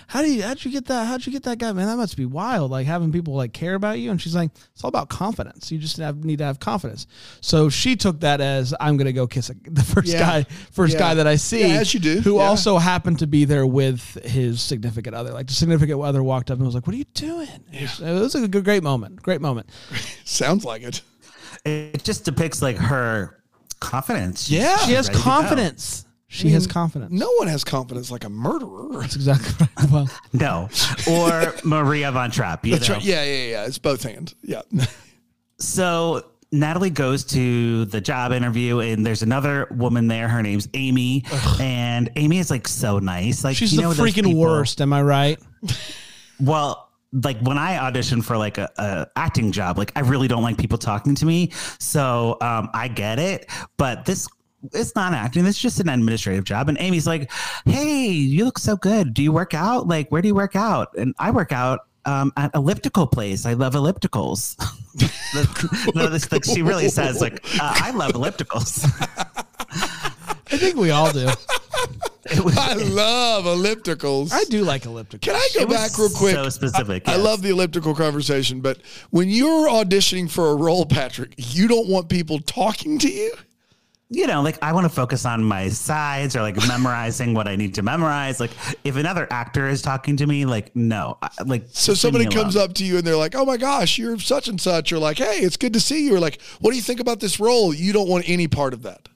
Speaker 1: how do you how'd you get that how'd you get that guy man that must be wild like having people like care about you and she's like it's all about confidence you just have, need to have confidence so she took that as I'm gonna go kiss a, (laughs) the first
Speaker 3: Yeah.
Speaker 1: guy first
Speaker 3: Yeah.
Speaker 1: guy that I see
Speaker 3: Yeah, as you do.
Speaker 1: who
Speaker 3: Yeah.
Speaker 1: also so happened to be there with his significant other. Like the significant other walked up and was like, "What are you doing?" It was, it was a good, great moment. Great moment.
Speaker 3: Sounds like it.
Speaker 2: It just depicts like her confidence. She's-
Speaker 1: Yeah, she
Speaker 2: she's
Speaker 1: has
Speaker 2: ready to go.
Speaker 1: confidence. She has confidence.
Speaker 3: No one has confidence like a murderer.
Speaker 1: that's exactly (laughs) right. Well,
Speaker 2: No.
Speaker 1: (laughs)
Speaker 2: Or Maria von Trapp. You
Speaker 3: That's
Speaker 2: know?
Speaker 3: right. Yeah, yeah, yeah. It's both hands.
Speaker 1: (laughs)
Speaker 3: Yeah.
Speaker 2: So Natalie goes to the job interview, and there's another woman there. Her name's Amy, and Amy is like so nice. Like
Speaker 1: she's
Speaker 2: you
Speaker 1: the
Speaker 2: know those
Speaker 1: freaking
Speaker 2: people-
Speaker 1: worst. Am I right?
Speaker 2: well like when i audition for like a, a acting job like i really don't like people talking to me so um i get it but this it's not acting it's just an administrative job and amy's like hey you look so good do you work out like where do you work out and i work out um, at elliptical place i love ellipticals (laughs) That's- no, that's- like, (laughs) she really says like uh, i love ellipticals (laughs)
Speaker 1: I think we all (laughs) do.
Speaker 2: it was,
Speaker 3: I love ellipticals.
Speaker 1: I do like elliptical.
Speaker 3: Can I go
Speaker 2: it was
Speaker 3: back real quick?
Speaker 2: so specific
Speaker 3: I
Speaker 2: yes.
Speaker 3: love the elliptical conversation, but when you're auditioning for a role, Patrick, you don't want people talking to you.
Speaker 2: you know, like I want to focus on my sides or like
Speaker 3: (laughs)
Speaker 2: memorizing what I need to memorize. Like if another actor is talking to me, like no, I, like
Speaker 3: So somebody comes up to you and they're like, "Oh my gosh, you're such and such." You're like, "Hey, it's good to see you." Or like, "What do you think about this role?" You don't want any part of that.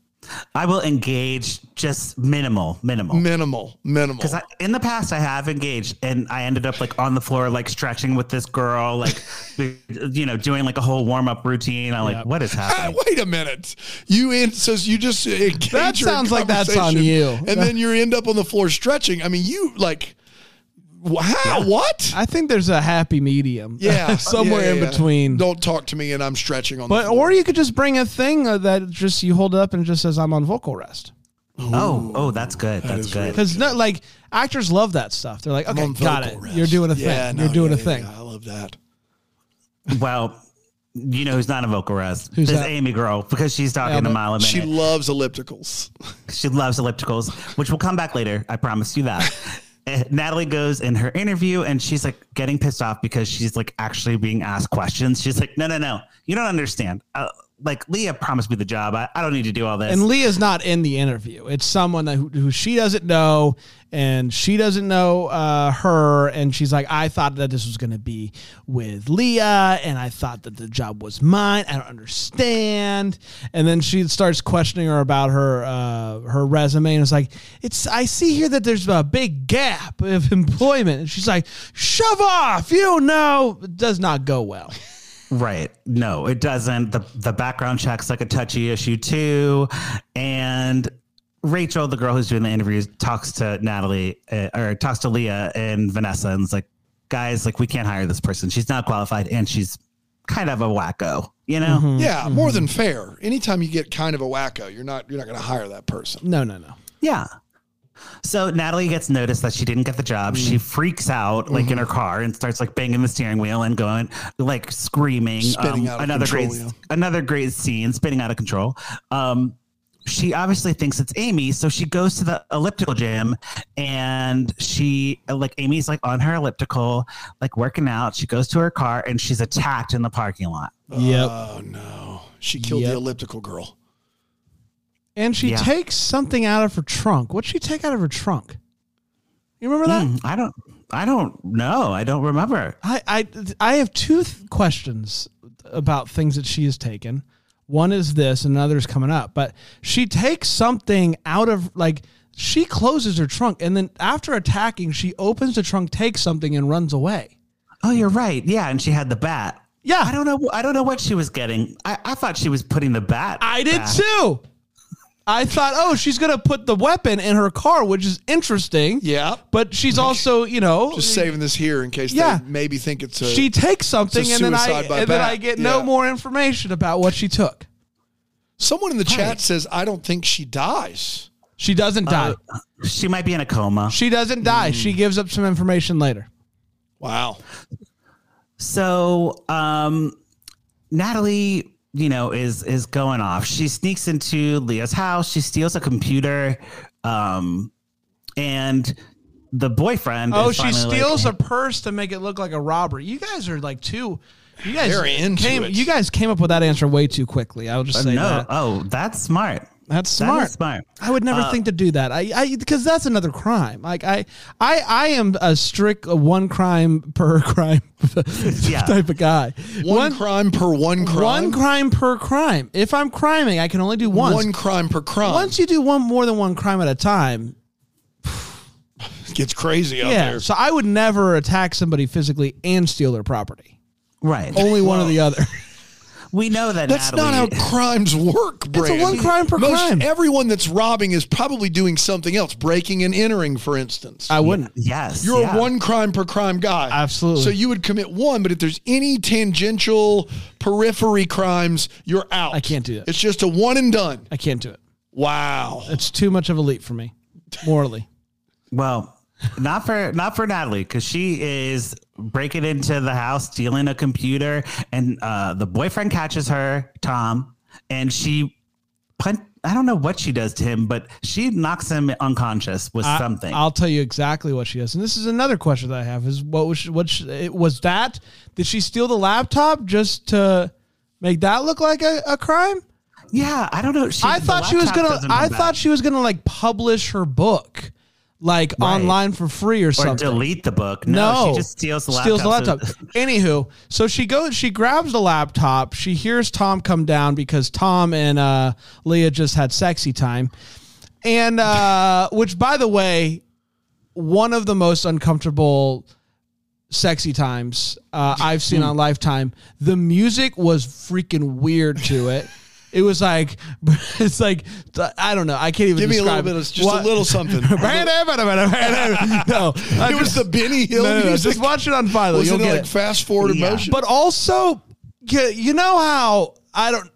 Speaker 2: I will engage just minimal, minimal.
Speaker 3: Minimal, minimal.
Speaker 2: Because in the past, I have engaged, and I ended up like on the floor, like stretching with this girl,
Speaker 3: (laughs)
Speaker 2: like you know, doing like a whole warm up routine. I'm like, what is
Speaker 3: Ah,
Speaker 2: happening?
Speaker 3: wait a minute. You in so you just engage
Speaker 1: That
Speaker 3: her in
Speaker 1: sounds like that's on
Speaker 3: conversation,
Speaker 1: you.
Speaker 3: and then you end up on the floor stretching. I mean, you like, wow, what?
Speaker 1: I think there's a happy medium. (laughs)
Speaker 3: (laughs) yeah,
Speaker 1: somewhere
Speaker 3: yeah, yeah,
Speaker 1: in
Speaker 3: yeah.
Speaker 1: between.
Speaker 3: Don't talk to me, and I'm stretching on.
Speaker 1: but
Speaker 3: the floor.
Speaker 1: or you could just bring a thing uh, that just you hold it up and it just says I'm on vocal rest.
Speaker 2: oh, oh, that's good. that's
Speaker 3: is
Speaker 2: good.
Speaker 1: Because no, like actors love that stuff. They're like, okay,
Speaker 3: on
Speaker 1: got
Speaker 3: vocal
Speaker 1: it.
Speaker 3: rest.
Speaker 1: You're doing a thing.
Speaker 3: Yeah, no,
Speaker 1: You're doing
Speaker 3: yeah,
Speaker 1: a
Speaker 3: yeah,
Speaker 1: thing.
Speaker 3: yeah, I love that.
Speaker 2: Well, you know who's not in vocal rest?
Speaker 1: Who's
Speaker 2: this
Speaker 1: that?
Speaker 2: Amy girl because she's talking
Speaker 1: Yeah,
Speaker 2: a
Speaker 1: but
Speaker 2: mile a minute.
Speaker 3: She
Speaker 2: She,
Speaker 3: loves ellipticals.
Speaker 2: loves ellipticals, which will come back later. I promise you that. Eh, Natalie goes in her interview and she's like getting pissed off because she's like actually being asked questions. She's like, no, no, no, you don't understand. Uh, like Leah promised me the job. I, I don't need to do all this.
Speaker 1: And Leah's not in the interview. It's someone that, who, who she doesn't know, and she doesn't know uh, her. And she's like, I thought that this was going to be with Leah, and I thought that the job was mine. I don't understand. And then she starts questioning her about her uh, her resume, and it's like, it's. I see here that there's a big gap of employment, and she's like, shove off. You don't know. It does not go well.
Speaker 2: Right. No, it doesn't. The the background check's like a touchy issue too. And Rachel, the girl who's doing the interviews, talks to Natalie uh, or talks to Leah and Vanessa and is like, guys, like we can't hire this person. She's not qualified and she's kind of a wacko, you know?
Speaker 3: Yeah,
Speaker 1: Mm-hmm.
Speaker 3: more than fair. Anytime you get kind of a wacko, you're not you're not going to hire that person.
Speaker 1: No, no, no.
Speaker 2: Yeah. So Natalie gets noticed that she didn't get the job. She
Speaker 3: Mm.
Speaker 2: freaks out like in her
Speaker 3: Mm-hmm.
Speaker 2: car and starts like banging the steering wheel and going like screaming. um,
Speaker 3: Spinning out of
Speaker 2: another
Speaker 3: control,
Speaker 2: great
Speaker 3: yeah.
Speaker 2: another great scene, spinning out of control. Um, she obviously thinks it's Amy, so she goes to the elliptical gym and she like Amy's like on her elliptical, like working out. She goes to her car and she's attacked in the parking lot.
Speaker 1: Yep.
Speaker 3: Oh no, she killed
Speaker 1: Yep.
Speaker 3: the elliptical girl.
Speaker 1: And she
Speaker 2: Yeah.
Speaker 1: takes something out of her trunk. What'd she take out of her trunk? You remember that?
Speaker 2: Hmm, I don't I don't know. I don't remember.
Speaker 1: I, I I have two th- questions about things that she has taken. One is this, and another is coming up. But she takes something out of like she closes her trunk, and then after attacking, she opens the trunk, takes something, and runs away.
Speaker 2: Oh, you're right. Yeah, and she had the bat.
Speaker 1: Yeah.
Speaker 2: I don't know. I don't know what she was getting. I, I thought she was putting the bat.
Speaker 1: I did
Speaker 2: back.
Speaker 1: too. I thought, oh, she's gonna put the weapon in her car, which is interesting.
Speaker 3: Yeah.
Speaker 1: but she's also, you know,
Speaker 3: Just saving this here in case
Speaker 1: Yeah.
Speaker 3: they maybe think it's a.
Speaker 1: she takes something,
Speaker 3: it's a
Speaker 1: and then I
Speaker 3: suicide
Speaker 1: and
Speaker 3: by
Speaker 1: then I
Speaker 3: bat.
Speaker 1: get no
Speaker 3: Yeah.
Speaker 1: more information about what she took.
Speaker 3: Someone in the
Speaker 2: Right.
Speaker 3: chat says I don't think she dies.
Speaker 1: She doesn't
Speaker 2: Uh,
Speaker 1: die.
Speaker 2: She might be in a coma.
Speaker 1: She doesn't die.
Speaker 2: mm.
Speaker 1: She gives up some information later.
Speaker 3: Wow.
Speaker 2: So, um, Natalie, you know, is is going off. She sneaks into Leah's house. She steals a computer, um, and the boyfriend.
Speaker 1: Oh,
Speaker 2: is
Speaker 1: she
Speaker 2: finally like,
Speaker 1: steals a purse to make it look like a robbery. You guys are like too. You guys
Speaker 3: They're into
Speaker 1: came.
Speaker 3: it.
Speaker 1: You guys came up with that answer way too quickly. I'll just say
Speaker 2: no.
Speaker 1: that.
Speaker 2: Oh, that's smart.
Speaker 1: That's
Speaker 2: That
Speaker 1: smart.
Speaker 2: is smart. Uh,
Speaker 1: I would never think to do that. I, I, because that's another crime. Like I, I, I am a strict one crime per (laughs) crime
Speaker 2: Yeah.
Speaker 1: type of guy.
Speaker 3: One, crime per one crime.
Speaker 1: one crime per crime. If I'm criming, I can only do once.
Speaker 3: One crime per crime.
Speaker 1: once you do one more than one crime at a time,
Speaker 3: it gets crazy out
Speaker 1: yeah.
Speaker 3: there.
Speaker 1: So I would never attack somebody physically and steal their property.
Speaker 2: Right.
Speaker 1: Only one or the
Speaker 3: (laughs)
Speaker 1: other.
Speaker 2: we know that
Speaker 3: That's
Speaker 2: Natalie.
Speaker 3: not how crimes work, Brad.
Speaker 1: one crime per
Speaker 3: Most,
Speaker 1: crime.
Speaker 3: Everyone that's robbing is probably doing something else, breaking and entering, for instance.
Speaker 1: I wouldn't.
Speaker 2: yes.
Speaker 3: You're
Speaker 2: yeah.
Speaker 3: a one crime per crime guy.
Speaker 1: Absolutely.
Speaker 3: So you would commit one, but if there's any tangential periphery crimes, you're out.
Speaker 1: I can't do that.
Speaker 3: It's just a one and done.
Speaker 1: I can't do it. (laughs)
Speaker 3: Wow.
Speaker 1: It's too much of a leap for me, morally.
Speaker 2: Well, not for not for Natalie because she is breaking into the house, stealing a computer, and uh, the boyfriend catches her, Tom, and she. Pun- I don't know what she does to him, but she knocks him unconscious with something.
Speaker 1: I'll tell you exactly what she does. And this is another question that I have: is what was she, what she, it- was that? Did she steal the laptop just to make that look like a, a crime?
Speaker 2: yeah, I don't know. She,
Speaker 1: I
Speaker 2: the
Speaker 1: thought she was
Speaker 2: laptop
Speaker 1: gonna.
Speaker 2: doesn't come
Speaker 1: I
Speaker 2: back.
Speaker 1: thought she was gonna like publish her book, like online for free or
Speaker 2: or
Speaker 1: something.
Speaker 2: delete the book. No,
Speaker 1: No,
Speaker 2: she just steals the laptop.
Speaker 1: Steals the
Speaker 2: so-
Speaker 3: (laughs)
Speaker 1: laptop. Anywho, so she goes. She grabs the laptop. She hears Tom come down because Tom and uh, Leah just had sexy time, and
Speaker 3: (laughs)
Speaker 1: uh, which, by the way, one of the most uncomfortable sexy times uh, I've seen
Speaker 3: Hmm.
Speaker 1: on Lifetime. The music was freaking weird to it. It was like, (laughs) it's like, I don't know. I can't even
Speaker 3: Give me a little
Speaker 1: describe
Speaker 3: bit of just
Speaker 1: what-
Speaker 3: a little
Speaker 1: (laughs)
Speaker 3: something. (laughs)
Speaker 1: no,
Speaker 3: it was the Benny Hill
Speaker 1: no, no, no,
Speaker 3: music.
Speaker 1: just watch it on Philo.
Speaker 3: was
Speaker 1: You'll
Speaker 3: it
Speaker 1: get
Speaker 3: like
Speaker 1: it.
Speaker 3: fast forward
Speaker 2: Yeah.
Speaker 3: emotion?
Speaker 1: But also, you you know how I don't.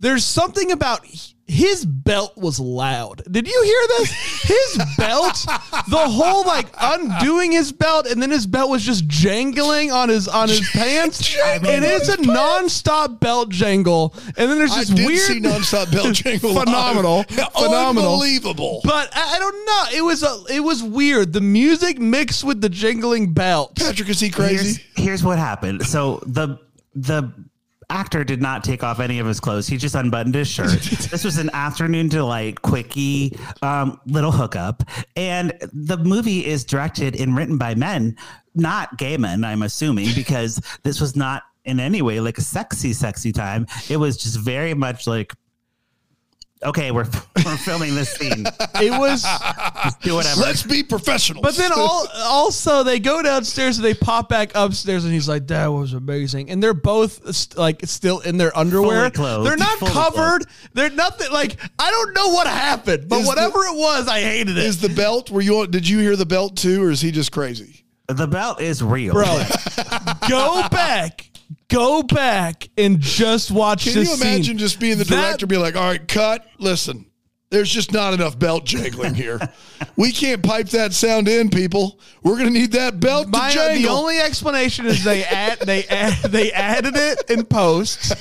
Speaker 1: There's something about h- his belt was loud. Did you hear this? His belt, the whole like undoing his belt, and then his belt was just jangling on his
Speaker 3: (laughs)
Speaker 1: on his pants. and it's a nonstop belt jangle, and then there's
Speaker 3: I
Speaker 1: this
Speaker 3: did
Speaker 1: weird (laughs)
Speaker 3: see nonstop belt jangle. live. (laughs)
Speaker 1: phenomenal, phenomenal.
Speaker 3: unbelievable.
Speaker 1: But I, I don't know. It was a, it was weird. The music mixed with the jingling belt.
Speaker 3: Patrick, is he crazy?
Speaker 2: Here's, here's what happened. So the the actor did not take off any of his clothes. He just unbuttoned his shirt. this was an afternoon delight, quickie um, little hookup. And the movie is directed and written by men, not gay men. I'm assuming because this was not in any way like a sexy, sexy time. It was just very much like. Okay, we're, (laughs) we're filming this scene.
Speaker 1: It was,
Speaker 2: Do whatever.
Speaker 3: (laughs) Let's be professional.
Speaker 1: but
Speaker 3: (laughs)
Speaker 1: then all, also they go downstairs and they pop back upstairs, and he's like, "That was amazing." And they're both st- like still in their underwear.
Speaker 2: Fully clothed.
Speaker 1: They're not
Speaker 2: Fully
Speaker 1: covered. They're nothing. Like I don't know what happened, but
Speaker 3: Is the-
Speaker 1: whatever it was, I hated it.
Speaker 3: is the belt? Were you? on Did you hear the belt too, or is he just crazy?
Speaker 2: the belt is
Speaker 1: (laughs)
Speaker 2: real.
Speaker 3: (laughs)
Speaker 1: Bro, go back. Go back and just watch
Speaker 3: Can
Speaker 1: this
Speaker 3: you
Speaker 1: scene.
Speaker 3: imagine just being the
Speaker 1: That-
Speaker 3: director, and be like, "All right, cut. Listen, there's just not enough belt
Speaker 1: (laughs)
Speaker 3: jangling here. we can't pipe that sound in, people. We're gonna need that belt
Speaker 1: My,
Speaker 3: to jangle."
Speaker 1: the only explanation is they add they add, they added it in post,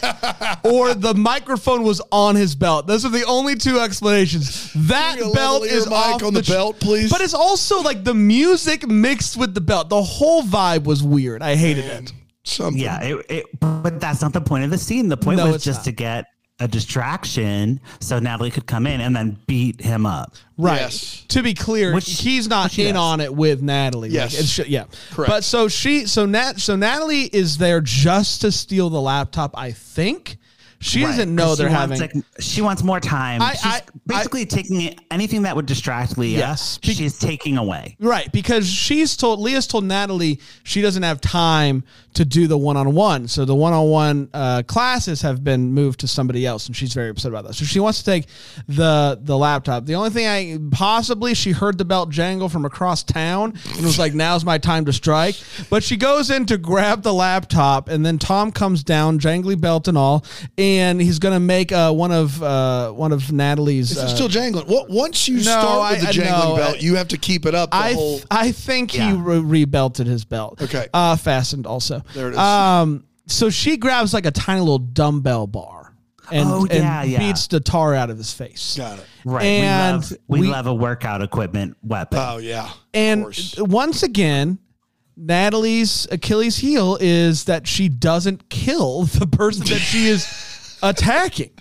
Speaker 1: or the microphone was on his belt. Those are the only two explanations. That
Speaker 3: Can you
Speaker 1: belt
Speaker 3: level your
Speaker 1: is
Speaker 3: mic
Speaker 1: off
Speaker 3: on the belt, please?
Speaker 1: But it's also like the music mixed with the belt. The whole vibe was weird. I hated it.
Speaker 3: Something.
Speaker 2: Yeah, it, it, but that's not the point of the scene. The point
Speaker 1: No,
Speaker 2: was
Speaker 1: it's
Speaker 2: just
Speaker 1: not.
Speaker 2: to get a distraction so Natalie could come in and then beat him up.
Speaker 1: Right.
Speaker 3: Yes.
Speaker 1: To be clear,
Speaker 2: Which-
Speaker 1: he's not
Speaker 2: which he
Speaker 1: in
Speaker 2: does.
Speaker 1: on it with Natalie.
Speaker 3: Yes.
Speaker 1: it's ju- yeah.
Speaker 3: Correct.
Speaker 1: But so she, so Nat, so Natalie is there just to steal the laptop. I think she
Speaker 2: Right,
Speaker 1: doesn't know
Speaker 2: 'cause she
Speaker 1: they're having.
Speaker 2: wants, like, she wants more time.
Speaker 1: I-
Speaker 2: she's
Speaker 1: I-
Speaker 2: basically taking it- anything that would distract Leah.
Speaker 1: Yes.
Speaker 2: she's taking away.
Speaker 1: Right, because she's told Leah's told Natalie she doesn't have time to do the one on one. So the one on one classes have been moved to somebody else, and she's very upset about that. So she wants to take the the laptop. The only thing I possibly she heard the belt jangle from across town and was like, "Now's my time to strike." But she goes in to grab the laptop, and then Tom comes down, jangly belt and all, and he's gonna make uh, one of uh, one of Natalie's.
Speaker 3: It's
Speaker 1: uh,
Speaker 3: still jangling. What once you
Speaker 1: No,
Speaker 3: start with
Speaker 1: I-
Speaker 3: the
Speaker 1: I-
Speaker 3: jangling
Speaker 1: no,
Speaker 3: belt,
Speaker 1: I-
Speaker 3: you have to keep it up. The
Speaker 1: I
Speaker 3: whole,
Speaker 1: th- I think he
Speaker 2: Yeah.
Speaker 1: re- rebelted his belt.
Speaker 3: Okay.
Speaker 1: Uh, fastened also.
Speaker 3: (laughs) There it is.
Speaker 1: Um, so she grabs like a tiny little dumbbell bar and,
Speaker 2: Oh, yeah,
Speaker 1: and
Speaker 2: yeah.
Speaker 1: beats the tar out of his face.
Speaker 3: got it.
Speaker 2: Right.
Speaker 1: And
Speaker 2: we love, we,
Speaker 1: we-
Speaker 2: love a workout equipment weapon.
Speaker 3: Oh yeah. Of
Speaker 1: And
Speaker 3: course.
Speaker 1: once again, Natalie's Achilles heel is that she doesn't kill the person that she
Speaker 3: (laughs)
Speaker 1: is attacking.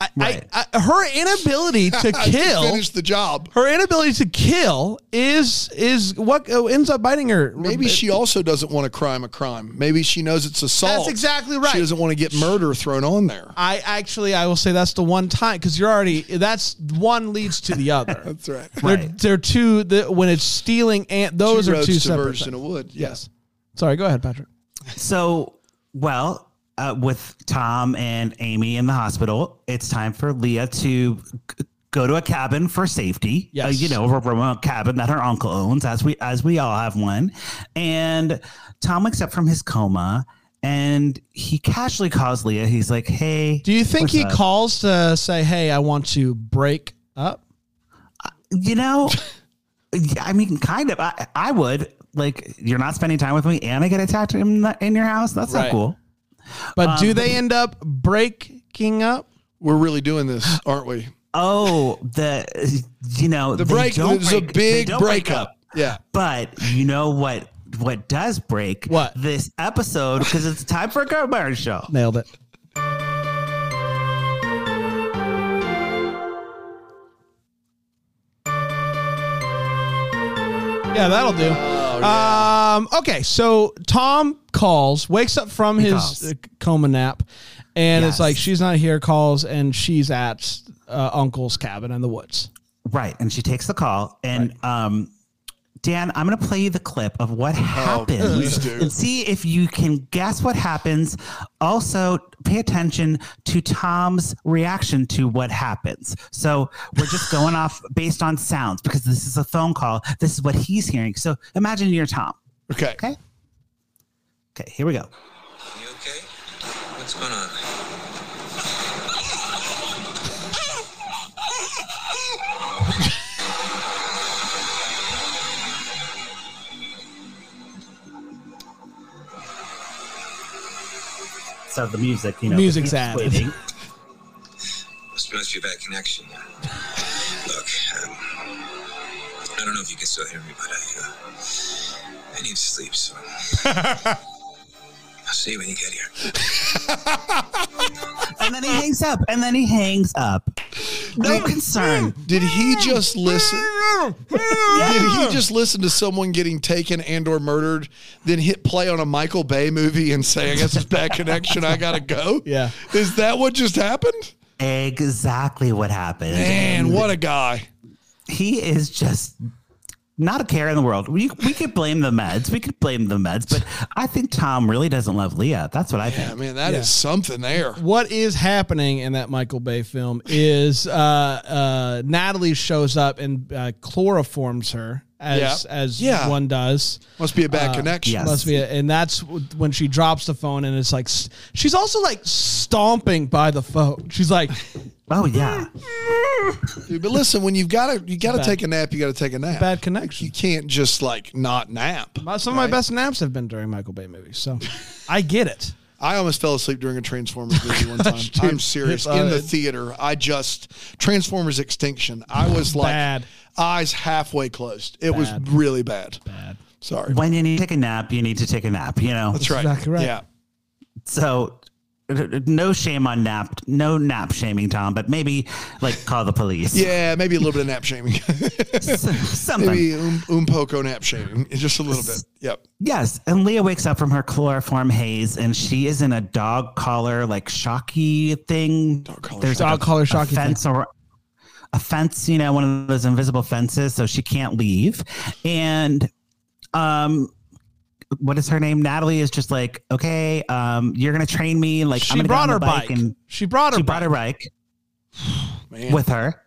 Speaker 1: I,
Speaker 2: Right.
Speaker 1: I, I, her
Speaker 3: (laughs)
Speaker 1: inability to
Speaker 3: I
Speaker 1: kill
Speaker 3: finish the job.
Speaker 1: her inability to kill is is what uh, ends up biting her.
Speaker 3: Maybe she also doesn't want to crime a crime. Maybe she knows it's assault.
Speaker 1: That's exactly right.
Speaker 3: She doesn't want to get murder thrown on there.
Speaker 1: I actually, I will say that's the one time because you're already. That's one leads to the other.
Speaker 3: (laughs)
Speaker 1: that's
Speaker 3: right.
Speaker 1: They're,
Speaker 2: Right.
Speaker 1: they're two. The, when it's stealing, and those
Speaker 3: Two
Speaker 1: are
Speaker 3: roads
Speaker 1: two
Speaker 3: to
Speaker 1: separate.
Speaker 3: Virgin
Speaker 1: things.
Speaker 3: of Wood.
Speaker 1: Yes. Sorry. Go ahead, Patrick.
Speaker 2: So, well, uh, with Tom and Amy in the hospital, it's time for Leah to g- go to a cabin for safety.
Speaker 1: Yes.
Speaker 2: Uh, you know, a remote cabin that her uncle owns, as we as we all have one. And Tom wakes up from his coma, and he casually calls Leah. He's like, "Hey,
Speaker 1: Do you think
Speaker 2: What's
Speaker 1: he
Speaker 2: up?
Speaker 1: calls to say, "Hey, I want to break up"? (laughs)
Speaker 2: you know, yeah, I mean, kind of. I, I would like you're not spending time with me, and I get attacked in the, in your house. That's
Speaker 1: Right.
Speaker 2: not cool."
Speaker 1: But do
Speaker 2: Um,
Speaker 1: they end up breaking up?
Speaker 3: We're really doing this, aren't we?
Speaker 2: Oh, the you know
Speaker 3: The
Speaker 2: they
Speaker 3: break
Speaker 2: don't
Speaker 3: is
Speaker 2: break-
Speaker 3: a
Speaker 2: they
Speaker 3: big
Speaker 2: don't break
Speaker 3: breakup. Yeah.
Speaker 2: But you know what? What does break?
Speaker 1: What?
Speaker 2: this episode? Because it's time for a commercial.
Speaker 1: Nailed it. Yeah, that'll do.
Speaker 2: Oh,
Speaker 1: Um, okay, so Tom calls, wakes up from his
Speaker 2: calls.
Speaker 1: uh, coma nap, and it's
Speaker 2: Yes.
Speaker 1: like she's not here. Calls and she's at uh, Uncle's cabin in the woods.
Speaker 2: Right, and she takes the call, and um, Dan, I'm going to play you the clip of what happens,
Speaker 3: Oh, please do.
Speaker 2: and see if you can guess what happens. Also, pay attention to Tom's reaction to what happens. So we're just going off based on sounds because this is a phone call. This is what he's hearing. So imagine you're Tom.
Speaker 3: Okay.
Speaker 2: Okay. Okay. Here we go.
Speaker 5: You okay? What's going on?
Speaker 2: so the music, you know,
Speaker 1: Music's
Speaker 2: the music's
Speaker 1: added.
Speaker 2: waiting.
Speaker 5: Must must be that connection. Look, um, I don't know if you can still hear me, but I, uh, I need to sleep, so I'll see you when you get here.
Speaker 2: and then he hangs up, and then he hangs up. No concern.
Speaker 3: Did he just listen? Did he just listen to someone getting taken and or murdered, then hit play on a Michael Bay movie and say, "I guess it's bad connection. I gotta go."
Speaker 1: Yeah.
Speaker 3: is that what just happened?
Speaker 2: Exactly what happened.
Speaker 3: Man, what a guy!
Speaker 2: he is just not a care in the world. We we could blame the meds. We could blame the meds, but I think Tom really doesn't love Leah. That's what I
Speaker 3: Yeah,
Speaker 2: think.
Speaker 3: man, that is
Speaker 1: Yeah.
Speaker 3: something there.
Speaker 1: What is happening in that Michael Bay film is uh, uh, Natalie shows up and uh, chloroforms her as
Speaker 3: Yeah.
Speaker 1: as
Speaker 3: Yeah.
Speaker 1: one does. Uh,
Speaker 3: Must be a bad connection.
Speaker 2: yes.
Speaker 1: Must be, it. and that's when she drops the phone, and it's like s- she's also like stomping by the phone. She's like,
Speaker 2: Oh yeah.
Speaker 3: Dude, But listen, when you've got to you got to
Speaker 1: Bad-
Speaker 3: take a nap, you got to take a nap.
Speaker 1: bad
Speaker 3: You
Speaker 1: connection.
Speaker 3: can't just like not nap.
Speaker 1: My- Some of my best naps have been during Michael Bay movies, so I get it.
Speaker 3: I almost fell asleep during a Transformers
Speaker 1: (laughs)
Speaker 3: movie one time.
Speaker 1: dude.
Speaker 3: I'm
Speaker 1: It's,
Speaker 3: serious.
Speaker 1: uh,
Speaker 3: In the
Speaker 1: it-
Speaker 3: theater, I just Transformers Extinction. I was like
Speaker 1: Bad.
Speaker 3: eyes halfway closed. It was
Speaker 1: Bad.
Speaker 3: really bad.
Speaker 1: Bad.
Speaker 3: Sorry.
Speaker 2: When you need to take a nap, you need to take a nap. You know.
Speaker 3: That's right.
Speaker 1: exactly right.
Speaker 3: Yeah.
Speaker 2: So no shame on nap. No nap shaming, Tom. But maybe like call the police.
Speaker 3: Yeah, maybe a little bit of nap shaming. (laughs)
Speaker 2: (laughs) Something.
Speaker 3: maybe um, um poco nap shaming. (laughs) Just a little bit. Yep.
Speaker 2: Yes, and Leah wakes up from her chloroform haze, and she is in a dog collar like shocky thing. Dog
Speaker 3: collar
Speaker 1: Dog collar shocky
Speaker 2: a fence or a fence, you know, one of those invisible fences, so she can't leave. And um, what is her name? Natalie is just like, okay, um, you're gonna train me. Like
Speaker 1: She
Speaker 2: I'm gonna get
Speaker 1: brought
Speaker 2: on
Speaker 1: her
Speaker 2: the
Speaker 1: bike.
Speaker 2: and
Speaker 1: she brought her.
Speaker 2: she
Speaker 1: bike.
Speaker 2: brought
Speaker 1: (sighs)
Speaker 2: her bike
Speaker 3: Man.
Speaker 2: with her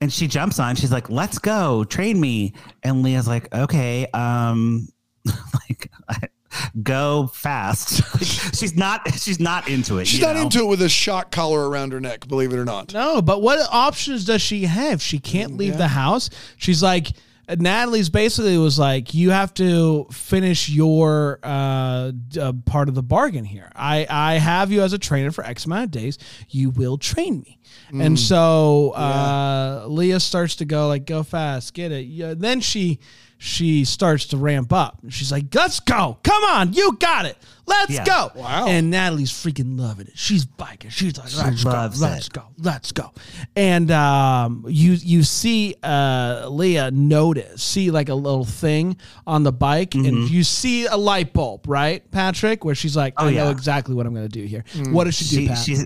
Speaker 2: and she jumps on she's like let's go train me and leah's like okay um (laughs) like (laughs) go fast (laughs) like, she's not she's not into it
Speaker 3: She's
Speaker 2: you
Speaker 3: not
Speaker 2: know?
Speaker 3: into it with a shock collar around her neck, believe it or not.
Speaker 1: No, but what options does she have? She
Speaker 2: Mm,
Speaker 1: can't leave the house. She's like Natalie's basically was like, you have to finish your uh, d- uh, part of the bargain here. I I have you as a trainer for X amount of days. You will train me.
Speaker 2: Mm.
Speaker 1: And so uh, Leah starts to go like, go fast, get it. Yeah, then she she starts to ramp up. She's like, let's go, come on, you got it, let's
Speaker 2: Yeah.
Speaker 1: go.
Speaker 3: Wow.
Speaker 1: And Natalie's freaking loving it. She's biking. She's like, let's go,
Speaker 2: loves
Speaker 1: let's
Speaker 2: it.
Speaker 1: go, let's go. And um, you you see uh, Leah notice, see like a little thing on the bike, and
Speaker 2: Mm-hmm.
Speaker 1: you see a light bulb, right, Patrick? Where she's like, I know
Speaker 2: Oh, yeah. Mm.
Speaker 1: exactly what I'm going to do here. What does she, do,
Speaker 2: she,
Speaker 1: Pat?
Speaker 2: she,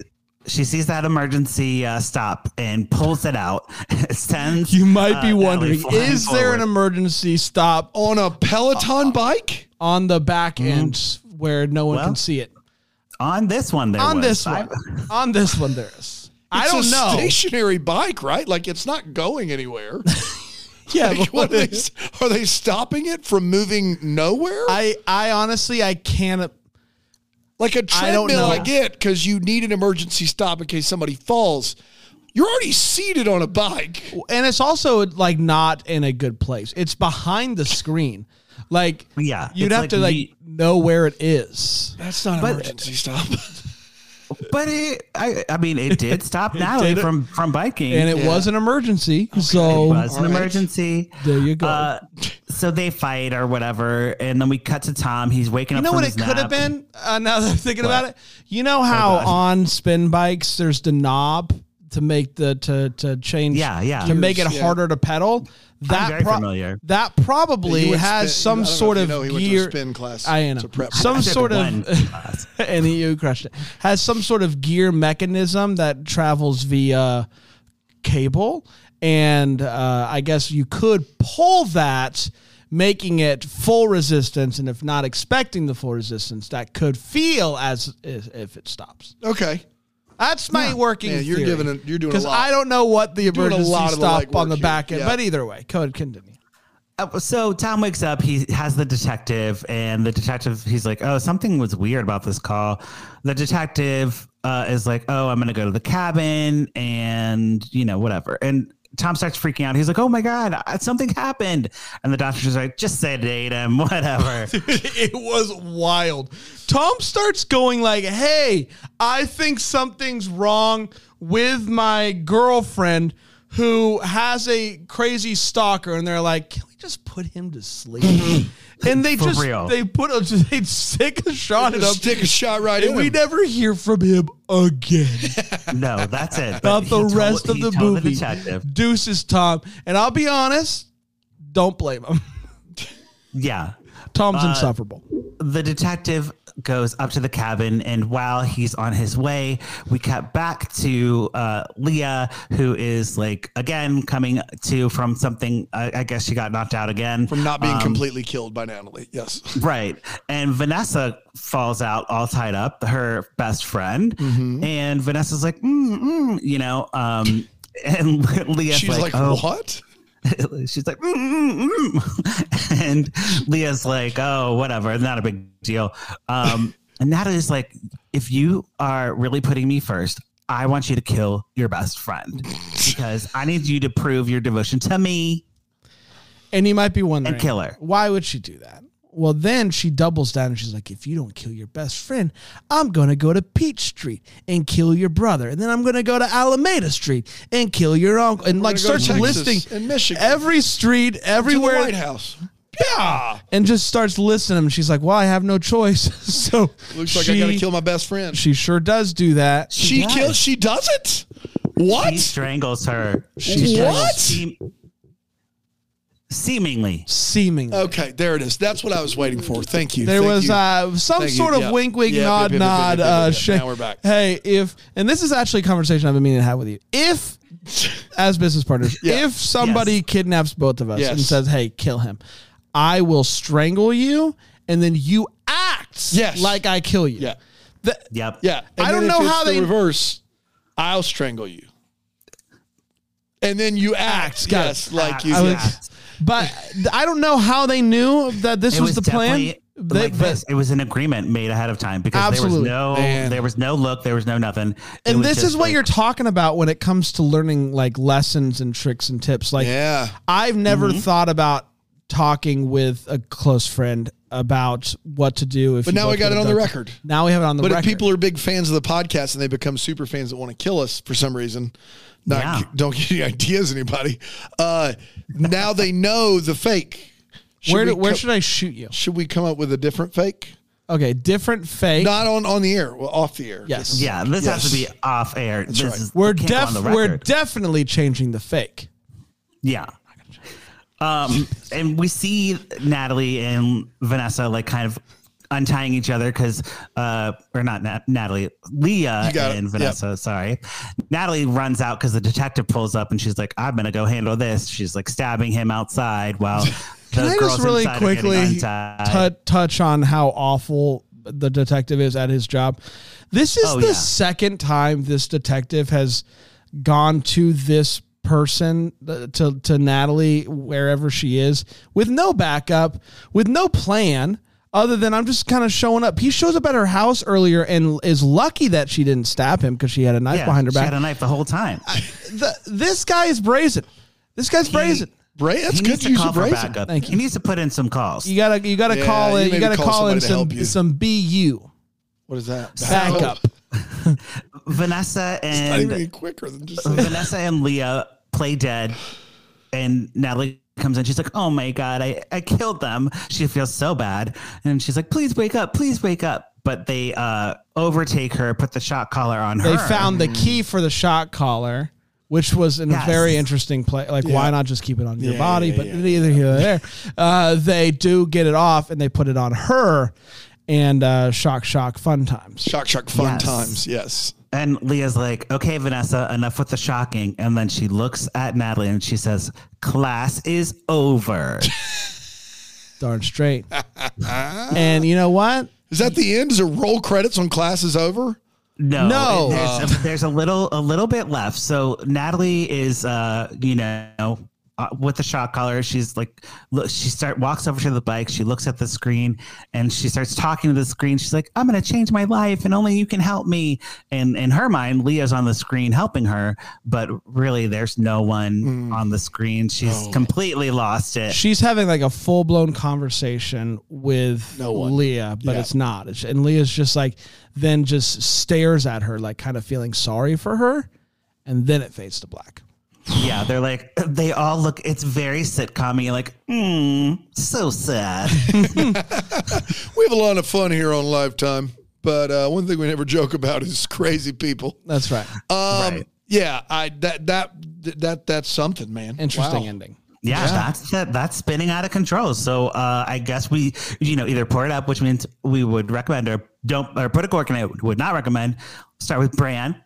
Speaker 2: she sees that emergency uh, stop and pulls it out (laughs) sends
Speaker 1: you might be
Speaker 2: uh, Natalie
Speaker 1: wondering,
Speaker 2: flying
Speaker 1: is there an
Speaker 2: forward.
Speaker 1: emergency stop
Speaker 3: On a
Speaker 1: Uh,
Speaker 3: Peloton bike?
Speaker 1: on the back end where no one can
Speaker 2: Mm-hmm. Well,
Speaker 1: see it?
Speaker 2: on this one there
Speaker 1: On
Speaker 2: was.
Speaker 1: this
Speaker 2: I-
Speaker 1: one, on this one, there
Speaker 2: (laughs)
Speaker 1: is. I
Speaker 3: It's
Speaker 1: don't
Speaker 3: a
Speaker 1: know.
Speaker 3: Stationary bike, right? Like it's not
Speaker 1: (laughs)
Speaker 3: going anywhere.
Speaker 2: (laughs)
Speaker 1: Yeah,
Speaker 3: Like,
Speaker 1: but
Speaker 3: (laughs) what are,
Speaker 1: what
Speaker 3: they,
Speaker 1: is-
Speaker 3: are they stopping it from moving nowhere?
Speaker 1: I I honestly I can't.
Speaker 3: like a
Speaker 1: I don't
Speaker 3: treadmill, I,
Speaker 1: know.
Speaker 3: get because you need an emergency stop in case somebody falls. You're already seated on a bike.
Speaker 1: and it's also like not in a good place. It's behind the screen. Like
Speaker 2: Yeah,
Speaker 1: you'd
Speaker 2: it's
Speaker 1: have
Speaker 2: like
Speaker 1: to like
Speaker 2: the-
Speaker 1: know where it is.
Speaker 3: That's not an
Speaker 2: But-
Speaker 3: emergency stop.
Speaker 2: but it, I, I mean it did stop Natalie
Speaker 1: did (laughs) it.
Speaker 2: from from biking
Speaker 1: And it was an emergency. So
Speaker 2: It was an
Speaker 3: All right.
Speaker 2: emergency.
Speaker 1: Oh, There you go.
Speaker 2: Uh, so they fight or whatever, and then we cut to Tom. He's waking
Speaker 1: you
Speaker 2: up.
Speaker 1: know
Speaker 2: from
Speaker 1: what it
Speaker 2: his
Speaker 1: could have
Speaker 2: nap.
Speaker 1: been? Uh, now that I'm thinking about it, you know how on spin bikes there's the knob to make the to to change
Speaker 2: Yeah, yeah.
Speaker 1: to make it
Speaker 3: Gears, yeah.
Speaker 1: harder to pedal. That
Speaker 2: very familiar.
Speaker 1: That probably
Speaker 3: He went
Speaker 1: has
Speaker 3: spin- I
Speaker 1: some
Speaker 3: don't know
Speaker 1: sort
Speaker 3: if you
Speaker 1: of
Speaker 3: know, he went to a
Speaker 1: gear.
Speaker 3: spin class
Speaker 1: I know
Speaker 3: to prep.
Speaker 1: some
Speaker 2: I took
Speaker 1: sort
Speaker 2: one
Speaker 1: of
Speaker 2: class.
Speaker 1: (laughs) and you crushed it. Has some sort of gear mechanism that travels via cable, and uh, I guess you could pull that, making it full resistance. And if not expecting the full resistance, that could feel as is- if it stops.
Speaker 3: (laughs) Okay.
Speaker 1: That's my working.
Speaker 3: Man, you're
Speaker 1: theory.
Speaker 3: giving a- you're doing a
Speaker 1: because
Speaker 3: lot.
Speaker 1: I don't know what the
Speaker 3: doing a
Speaker 1: emergency
Speaker 3: lot of the
Speaker 1: stop
Speaker 3: legwork
Speaker 1: on the
Speaker 3: here.
Speaker 1: back end.
Speaker 3: Yeah.
Speaker 1: But either way, code continue.
Speaker 2: Uh, so Tom wakes up. He has the detective, and the detective he's like, "Oh, something was weird about this call." The detective uh, is like, "Oh, I'm gonna go to the cabin, and you know, whatever." And Tom starts freaking out. He's like, "Oh my god, I- something happened!" And the doctor's like, "Just sedate
Speaker 1: (laughs)
Speaker 2: him, (laughs) whatever."
Speaker 1: it was wild. Tom starts going like, "Hey, I think something's wrong with my girlfriend who has a crazy stalker," and they're like, "Can we just put him to sleep?"
Speaker 2: (laughs)
Speaker 1: and they
Speaker 2: For
Speaker 1: just
Speaker 2: real.
Speaker 1: they put a (laughs) they stick a shot at him,
Speaker 3: Just stick a shot right in.
Speaker 1: and we
Speaker 3: him.
Speaker 1: never hear from him again.
Speaker 2: (laughs) no, that's it. But
Speaker 1: About the
Speaker 2: he told-
Speaker 1: rest
Speaker 2: he
Speaker 1: of the
Speaker 2: told
Speaker 1: movie,
Speaker 2: detective.
Speaker 1: deuces Tom, and I'll be honest, don't blame him. (laughs)
Speaker 2: Yeah.
Speaker 1: Tom's insufferable.
Speaker 2: the detective goes up to the cabin, and while he's on his way, we cut back to uh, Leah, who is like again coming to from something. I, I guess she got knocked out again
Speaker 3: From not
Speaker 2: Um,
Speaker 3: being completely killed by Natalie. Yes.
Speaker 2: Right. And Vanessa falls out all tied up, her best friend.
Speaker 3: Mm-hmm.
Speaker 2: And Vanessa's like, mm, mm, you know, um, (laughs) and Leah's
Speaker 3: She's
Speaker 2: like,
Speaker 3: like,
Speaker 2: oh,
Speaker 3: what?
Speaker 2: (laughs) she's like, mm, mm, mm. (laughs) and Leah's like, oh, whatever, not a big deal. Um, and Natalie's like, if you are really putting me first, I want you to kill your best friend because I need you to prove your devotion to me.
Speaker 1: And you might be wondering,
Speaker 2: And kill her.
Speaker 1: Why would she do that? Well, then she doubles down and she's like, if you don't kill your best friend, I'm going to go to Peach Street and kill your brother. And then I'm going to go to Alameda Street and kill your uncle. And like
Speaker 3: gonna go to
Speaker 1: starts
Speaker 3: Texas
Speaker 1: listing
Speaker 3: and Michigan.
Speaker 1: every street,
Speaker 3: To the
Speaker 1: everywhere,
Speaker 3: White House.
Speaker 1: and just starts listing them. She's like, well, I have no choice. (laughs) so
Speaker 3: Looks like I
Speaker 1: she-
Speaker 3: got to kill my best friend. She,
Speaker 1: She sure does do that.
Speaker 2: does.
Speaker 3: kills. She does it. What?
Speaker 2: He strangles her.
Speaker 3: What?
Speaker 2: Seem- seemingly.
Speaker 1: Seemingly.
Speaker 3: okay, there it is. That's what I was waiting for. Thank you.
Speaker 1: There
Speaker 3: Thank
Speaker 1: was
Speaker 3: you.
Speaker 1: uh, some
Speaker 3: Thank you.
Speaker 1: sort of
Speaker 3: Yeah.
Speaker 1: wink, wink,
Speaker 3: Yeah,
Speaker 1: nod,
Speaker 3: yeah, yeah, yeah,
Speaker 1: nod.
Speaker 3: yeah, yeah,
Speaker 1: uh,
Speaker 3: yeah.
Speaker 1: shay-
Speaker 3: Now we're back.
Speaker 1: Hey, if and this is actually a conversation I've been meaning to have with you.
Speaker 3: (laughs)
Speaker 1: If, as business partners,
Speaker 3: Yeah.
Speaker 1: if somebody
Speaker 2: Yes.
Speaker 1: kidnaps both of us and
Speaker 3: Yes.
Speaker 1: says, "Hey, kill him," I will strangle you, and then you act
Speaker 3: Yes.
Speaker 1: like I kill you.
Speaker 3: Yeah.
Speaker 1: The-
Speaker 2: Yep.
Speaker 3: Yeah.
Speaker 1: I don't
Speaker 3: then if
Speaker 1: know
Speaker 3: it's
Speaker 1: how
Speaker 3: the
Speaker 1: they-
Speaker 3: reverse. I'll strangle you. And then you act.
Speaker 1: got
Speaker 3: yes,
Speaker 1: it.
Speaker 3: like you.
Speaker 1: I was-
Speaker 3: yes.
Speaker 1: But I don't know how they knew that this
Speaker 2: It
Speaker 1: was, the plan.
Speaker 2: definitely
Speaker 1: They-
Speaker 2: like
Speaker 1: but-
Speaker 2: this. It was an agreement made ahead of time because
Speaker 1: Absolutely.
Speaker 2: there was no
Speaker 3: Man.
Speaker 2: there was no look, there was no nothing. It
Speaker 1: and
Speaker 2: was
Speaker 1: this
Speaker 2: just
Speaker 1: is what
Speaker 2: like-
Speaker 1: you're talking about when it comes to learning like lessons and tricks and tips. Like,
Speaker 3: Yeah.
Speaker 1: I've never
Speaker 3: Mm-hmm.
Speaker 1: thought about talking with a close friend about what to do. If
Speaker 3: But
Speaker 1: you
Speaker 3: now
Speaker 1: both
Speaker 3: we got
Speaker 1: get
Speaker 3: it on the
Speaker 1: abducted.
Speaker 3: record.
Speaker 1: Now we have it on the
Speaker 3: But
Speaker 1: record.
Speaker 3: if people are big fans of the podcast and they become super fans that want to kill us for some reason, not
Speaker 2: Yeah.
Speaker 3: don't (laughs) get any ideas anybody. Uh, now they know the fake. Should
Speaker 1: where
Speaker 3: we
Speaker 1: do, where
Speaker 3: co-
Speaker 1: should I shoot you?
Speaker 3: should we come up with a different fake?
Speaker 1: Okay, different fake.
Speaker 3: Not on on the air, well, off the air.
Speaker 1: Yes.
Speaker 3: Just-
Speaker 2: Yeah, this has to be
Speaker 3: Yes.
Speaker 2: off air. this
Speaker 3: right.
Speaker 2: is
Speaker 1: we're
Speaker 2: it can't go on
Speaker 1: def-
Speaker 2: the
Speaker 1: we're
Speaker 2: record.
Speaker 1: definitely changing the fake.
Speaker 2: Yeah. Um, and we see Natalie and Vanessa like kind of untying each other because, uh, or not Nat- Natalie, Leah
Speaker 3: You got it.
Speaker 2: and
Speaker 3: Yep.
Speaker 2: Vanessa. Sorry, Natalie runs out because the detective pulls up and she's like, "I'm gonna go handle this." She's like stabbing him outside while
Speaker 1: (laughs) Can
Speaker 2: the
Speaker 1: I
Speaker 2: girls
Speaker 1: just really
Speaker 2: inside are getting
Speaker 1: quickly
Speaker 2: untied.
Speaker 1: tou- touch on how awful the detective is at his job? This is
Speaker 2: Oh,
Speaker 1: the
Speaker 2: yeah.
Speaker 1: second time this detective has gone to this person th- to to Natalie wherever she is with no backup, with no plan other than I'm just kind of showing up. He shows up at her house earlier and is lucky that she didn't stab him because she had a knife
Speaker 2: Yeah,
Speaker 1: behind her
Speaker 2: she had
Speaker 1: back.
Speaker 2: a knife the whole time.
Speaker 1: The- this guy is brazen. This guy's brazen.
Speaker 3: Bray, that's
Speaker 2: he
Speaker 3: good
Speaker 2: needs to
Speaker 3: use
Speaker 2: call
Speaker 3: of
Speaker 2: for
Speaker 3: brazen.
Speaker 2: backup.
Speaker 1: Thank
Speaker 2: He needs to put in some calls.
Speaker 1: You gotta you gotta
Speaker 3: Yeah,
Speaker 1: call
Speaker 3: you
Speaker 1: in. You,
Speaker 3: maybe
Speaker 1: gotta
Speaker 3: call
Speaker 1: call, in
Speaker 3: somebody to help
Speaker 1: some
Speaker 3: you.
Speaker 1: some BU
Speaker 3: What is that?
Speaker 1: backup.
Speaker 2: Vanessa
Speaker 3: Not
Speaker 2: and
Speaker 3: even quicker than just.
Speaker 2: Vanessa and Leah play dead, and Natalie comes in. She's like, "Oh my god, I I killed them." She feels so bad, and she's like, "Please wake up, please wake up." But they uh, overtake her, put the shot collar on her.
Speaker 1: They found the key for the shot collar, which was in
Speaker 2: Yes.
Speaker 1: a very interesting play. Like, why not just keep it on your
Speaker 3: Yeah,
Speaker 1: body?
Speaker 3: yeah,
Speaker 1: but
Speaker 3: yeah,
Speaker 1: neither here nor there. Uh, they do get it off, and they put it on her. And uh, shock, shock, fun times.
Speaker 3: Shock, shock, fun
Speaker 2: Yes.
Speaker 3: times. Yes.
Speaker 2: and Leah's like, "Okay, Vanessa, enough with the shocking." And then she looks at Natalie and she says, "Class is
Speaker 1: (laughs)
Speaker 2: over."
Speaker 1: Darn
Speaker 3: (laughs)
Speaker 1: straight. and you know what?
Speaker 3: Is that the end? Is it roll credits on class is over?
Speaker 2: No,
Speaker 1: No.
Speaker 2: it- There's, a, there's a little a little bit left. So Natalie is, uh, you know, uh, with the shock collar. She's like, look, she start walks over to the bike. She looks at the screen and she starts talking to the screen. She's like, I'm going to change my life and only you can help me. And in her mind, Leo's on the screen helping her, but really there's no one on the screen. She's completely lost it.
Speaker 1: She's having like a full blown conversation with
Speaker 3: No one.
Speaker 1: Leah, but
Speaker 3: Yeah.
Speaker 1: it's not. It's- And Leah's just like, then just stares at her, like kind of feeling sorry for her. And then it fades to black.
Speaker 2: Yeah, they're like they all look. It's very sitcom-y, Like, mm, so sad.
Speaker 3: We have a lot of fun here on Lifetime, but uh, one thing we never (laughs) joke about is crazy people.
Speaker 1: That's right.
Speaker 3: Um,
Speaker 2: Right.
Speaker 3: Yeah, I that that that that's something, man.
Speaker 1: Interesting
Speaker 3: Wow.
Speaker 1: ending.
Speaker 2: Yeah, that's that, that's spinning out of control. So uh, I guess we, you know, either pour it up, which means we would recommend, or don't, or put a cork in it. Would not recommend. Start with Bran.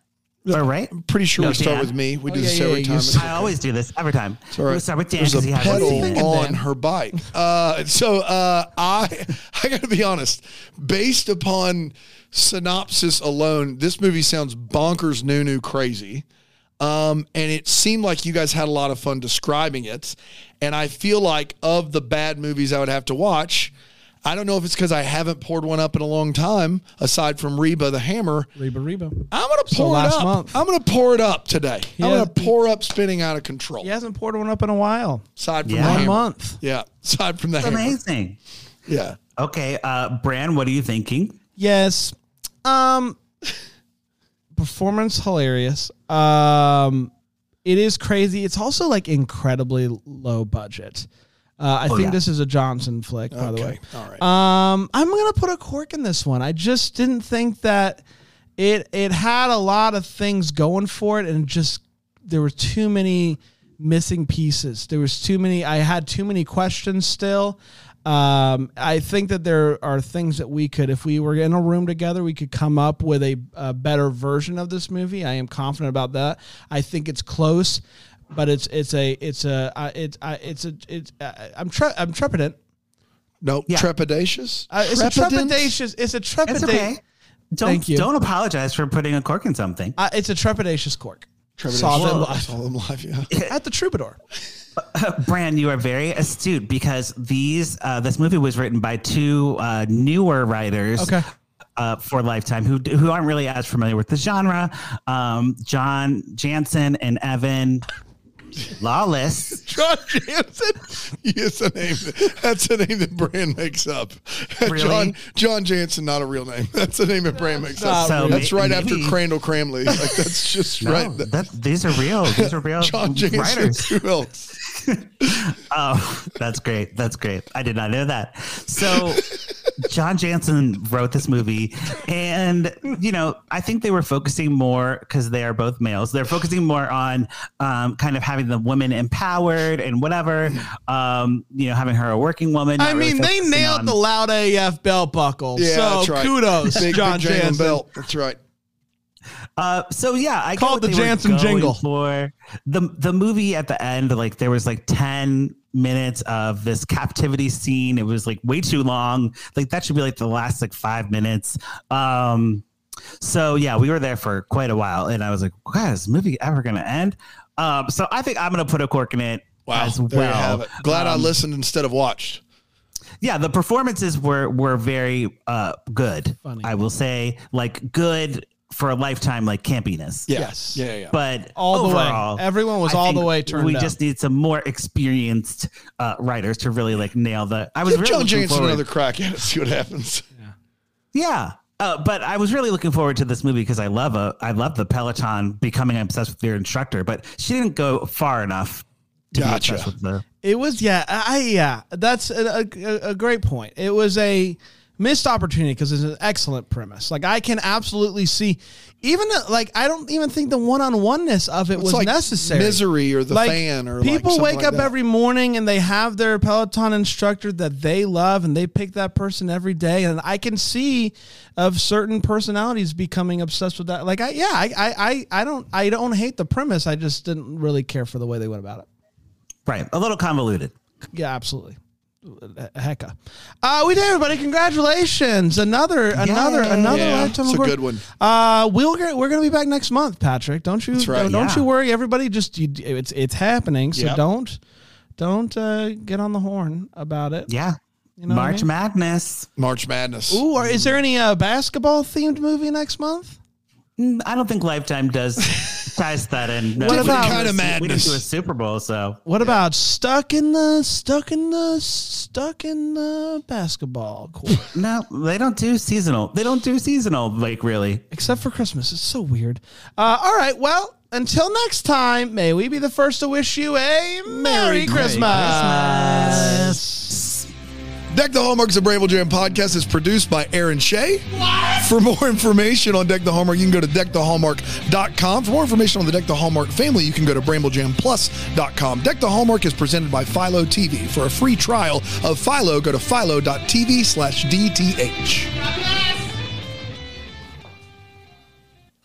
Speaker 2: All right.
Speaker 3: Pretty sure
Speaker 2: No,
Speaker 3: we start
Speaker 2: Dan.
Speaker 3: with me. We
Speaker 1: Oh,
Speaker 3: do
Speaker 1: yeah,
Speaker 3: this
Speaker 1: yeah,
Speaker 3: every
Speaker 1: yeah,
Speaker 3: time.
Speaker 1: you
Speaker 3: It's
Speaker 1: said-
Speaker 2: I always do this every time.
Speaker 3: all right.
Speaker 2: We'll start with Dan
Speaker 3: There's a
Speaker 2: because he hasn't
Speaker 3: pedal
Speaker 2: seen it.
Speaker 1: of
Speaker 3: on
Speaker 1: Dan.
Speaker 3: her bike. Uh, so uh, I (laughs) I got to be honest. Based upon synopsis alone, this movie sounds bonkers, new, new, crazy. Um, and it seemed like you guys had a lot of fun describing it. And I feel like of the bad movies I would have to watch, I don't know if it's because I haven't poured one up in a long time, aside from Reba the Hammer.
Speaker 1: Reba Reba.
Speaker 3: I'm gonna pour it
Speaker 1: last
Speaker 3: up.
Speaker 1: month.
Speaker 3: I'm gonna pour it up today. I'm
Speaker 1: Yeah.
Speaker 3: gonna pour up spinning out of control.
Speaker 1: He hasn't poured one up in a while.
Speaker 3: Aside from
Speaker 2: Yeah.
Speaker 3: the
Speaker 1: One
Speaker 3: hammer.
Speaker 1: month.
Speaker 3: Yeah. (laughs) Aside from the
Speaker 2: It's
Speaker 3: hammer.
Speaker 2: amazing.
Speaker 3: Yeah.
Speaker 2: Okay, uh, Bran, what are you thinking?
Speaker 1: Yes. Um performance hilarious. Um it is crazy. It's also like incredibly low budget. Uh, I think
Speaker 2: yeah.
Speaker 1: this is a Johnson flick, by the way.
Speaker 3: Oh, All right.
Speaker 1: Um, I'm gonna put a cork in this one. I just didn't think that it it had a lot of things going for it, and just there were too many missing pieces. There was too many. I had too many questions still. Um, I think that there are things that we could, if we were in a room together, we could come up with a, a better version of this movie. I am confident about that. I think it's close, but it's it's a it's a uh, it's uh, it's a it's uh, I'm tre- I'm trepidant.
Speaker 3: no,
Speaker 2: Yeah.
Speaker 3: trepidatious.
Speaker 1: Uh, it's
Speaker 3: Trepidant?
Speaker 1: a trepidatious. It's a trepidate.
Speaker 2: It's okay. Don't
Speaker 1: Thank you.
Speaker 2: don't apologize for putting a cork in something.
Speaker 1: Uh, it's a trepidatious cork.
Speaker 3: Trepidatious.
Speaker 1: Saw them
Speaker 3: Well, I
Speaker 1: live.
Speaker 3: saw them live. Yeah.
Speaker 1: (laughs)
Speaker 3: (laughs)
Speaker 1: at the Troubadour.
Speaker 2: Bran, you are very astute because these uh, this movie was written by two uh, newer writers.
Speaker 1: Okay.
Speaker 2: Uh, for Lifetime, who who aren't really as familiar with the genre, um, John Jansen and Evan Lawless.
Speaker 3: John Jansen. Yes, a name. That's a name that Brand makes up. (laughs)
Speaker 2: Really?
Speaker 3: John John Jansen, not a real name. (laughs) That's a name that Brand makes up.
Speaker 2: So
Speaker 3: that's
Speaker 2: may-
Speaker 3: right
Speaker 2: maybe-
Speaker 3: after Crandall Cramley. Like that's just
Speaker 2: No,
Speaker 3: right.
Speaker 2: Oh, that, these are real. These are real
Speaker 3: (laughs) John Jansen.
Speaker 2: writers.
Speaker 3: Who else?
Speaker 2: Oh, (laughs) that's great. That's great. I did not know that. So, John Jansen wrote this movie, and you know, I think they were focusing more because they are both males. They're focusing more on um, kind of having the woman empowered and whatever. Um, you know, having her a working woman.
Speaker 1: I
Speaker 2: not really
Speaker 1: mean, they
Speaker 2: focusing
Speaker 1: nailed
Speaker 2: on-
Speaker 1: the loud AF belt buckle.
Speaker 3: Yeah, that's
Speaker 1: so
Speaker 3: right.
Speaker 1: kudos,
Speaker 3: Big,
Speaker 1: John
Speaker 3: big jangling
Speaker 1: Jansen.
Speaker 3: belt. That's right.
Speaker 2: Uh, so yeah, I get
Speaker 1: Called
Speaker 2: what
Speaker 1: the
Speaker 2: they were
Speaker 1: Jansen
Speaker 2: going
Speaker 1: jingle.
Speaker 2: for the the movie at the end. Like there was like ten minutes of this captivity scene. It was like way too long. Like that should be like the last like five minutes. Um, so yeah, we were there for quite a while, and I was like, "Wow, is this movie ever gonna end?" Um, so I think I'm gonna put a cork in it as well.
Speaker 3: There you have it. Glad I listened instead of watched.
Speaker 2: Yeah, the performances were were very uh good.
Speaker 1: Funny.
Speaker 2: I will say, like good for a lifetime, like campiness
Speaker 3: Yeah.
Speaker 1: Yes.
Speaker 3: Yeah. Yeah.
Speaker 2: but
Speaker 1: All the way.
Speaker 2: overall,
Speaker 1: Everyone was all the
Speaker 2: think
Speaker 1: way turned
Speaker 2: We
Speaker 1: up.
Speaker 2: just need some more experienced uh, writers to really like nail the. I was
Speaker 3: Give
Speaker 2: really
Speaker 3: John
Speaker 2: looking
Speaker 3: Jansen
Speaker 2: forward.
Speaker 3: another crack at it. See what happens.
Speaker 2: Yeah. Uh, but I was really looking forward to this movie because I love a I love the Peloton becoming obsessed with your instructor, but she didn't go far enough to
Speaker 3: Gotcha.
Speaker 2: be obsessed with the.
Speaker 1: It was yeah, I I- yeah. That's a, a, a great point. It was a missed opportunity because it's an excellent premise. Like I can absolutely see, even uh, like I don't even think the one on oneness of it was
Speaker 3: like
Speaker 1: necessary.
Speaker 3: Misery or The Fan or, like,
Speaker 1: people
Speaker 3: something
Speaker 1: wake
Speaker 3: like
Speaker 1: up
Speaker 3: that.
Speaker 1: every morning and they have their Peloton instructor that they love and they pick that person every day. And I can see of certain personalities becoming obsessed with that. Like I yeah, I I I, I don't I don't hate the premise. I just didn't really care for the way they went about it.
Speaker 2: Right, a little convoluted.
Speaker 1: Yeah, absolutely. Hecka. Uh, we did, everybody. Congratulations. Another, another, another
Speaker 3: Yeah,
Speaker 1: lifetime
Speaker 3: it's a
Speaker 1: award.
Speaker 3: good one.
Speaker 1: Uh, we'll get, we're going to be back next month, Patrick. Don't you,
Speaker 3: right.
Speaker 1: don't you
Speaker 2: Yeah.
Speaker 1: worry. Everybody just, you, it's, it's happening. So
Speaker 3: Yep.
Speaker 1: don't, don't uh, get on the horn about it.
Speaker 2: Yeah.
Speaker 1: You know what I
Speaker 2: March
Speaker 1: mean?
Speaker 2: Madness.
Speaker 3: March Madness.
Speaker 1: Ooh, or is there any uh, basketball themed movie next month?
Speaker 2: Mm, I don't think Lifetime does
Speaker 1: (laughs)
Speaker 2: ties that in. No,
Speaker 1: What
Speaker 2: we didn't
Speaker 1: about-
Speaker 2: do a
Speaker 3: Kinda
Speaker 2: Su- We didn't
Speaker 3: madness.
Speaker 2: do a Super Bowl, so
Speaker 1: What about stuck in the stuck in the stuck in the basketball court?
Speaker 2: no, they don't do seasonal. They don't do seasonal, like really.
Speaker 1: Except for Christmas, it's so weird. Uh, all right, well, until next time, may we be the first to wish you a Merry, Christmas.
Speaker 3: Deck the Hallmarks of Brable Jam podcast is produced by Aaron Shea. For more information on Deck the Hallmark, you can go to deckthehallmark.com. For more information on the Deck the Hallmark family, you can go to bramblejamplus.com. Deck the Hallmark is presented by Philo TV. For a free trial of Philo, go to philo.tv slash DTH.
Speaker 4: Bye.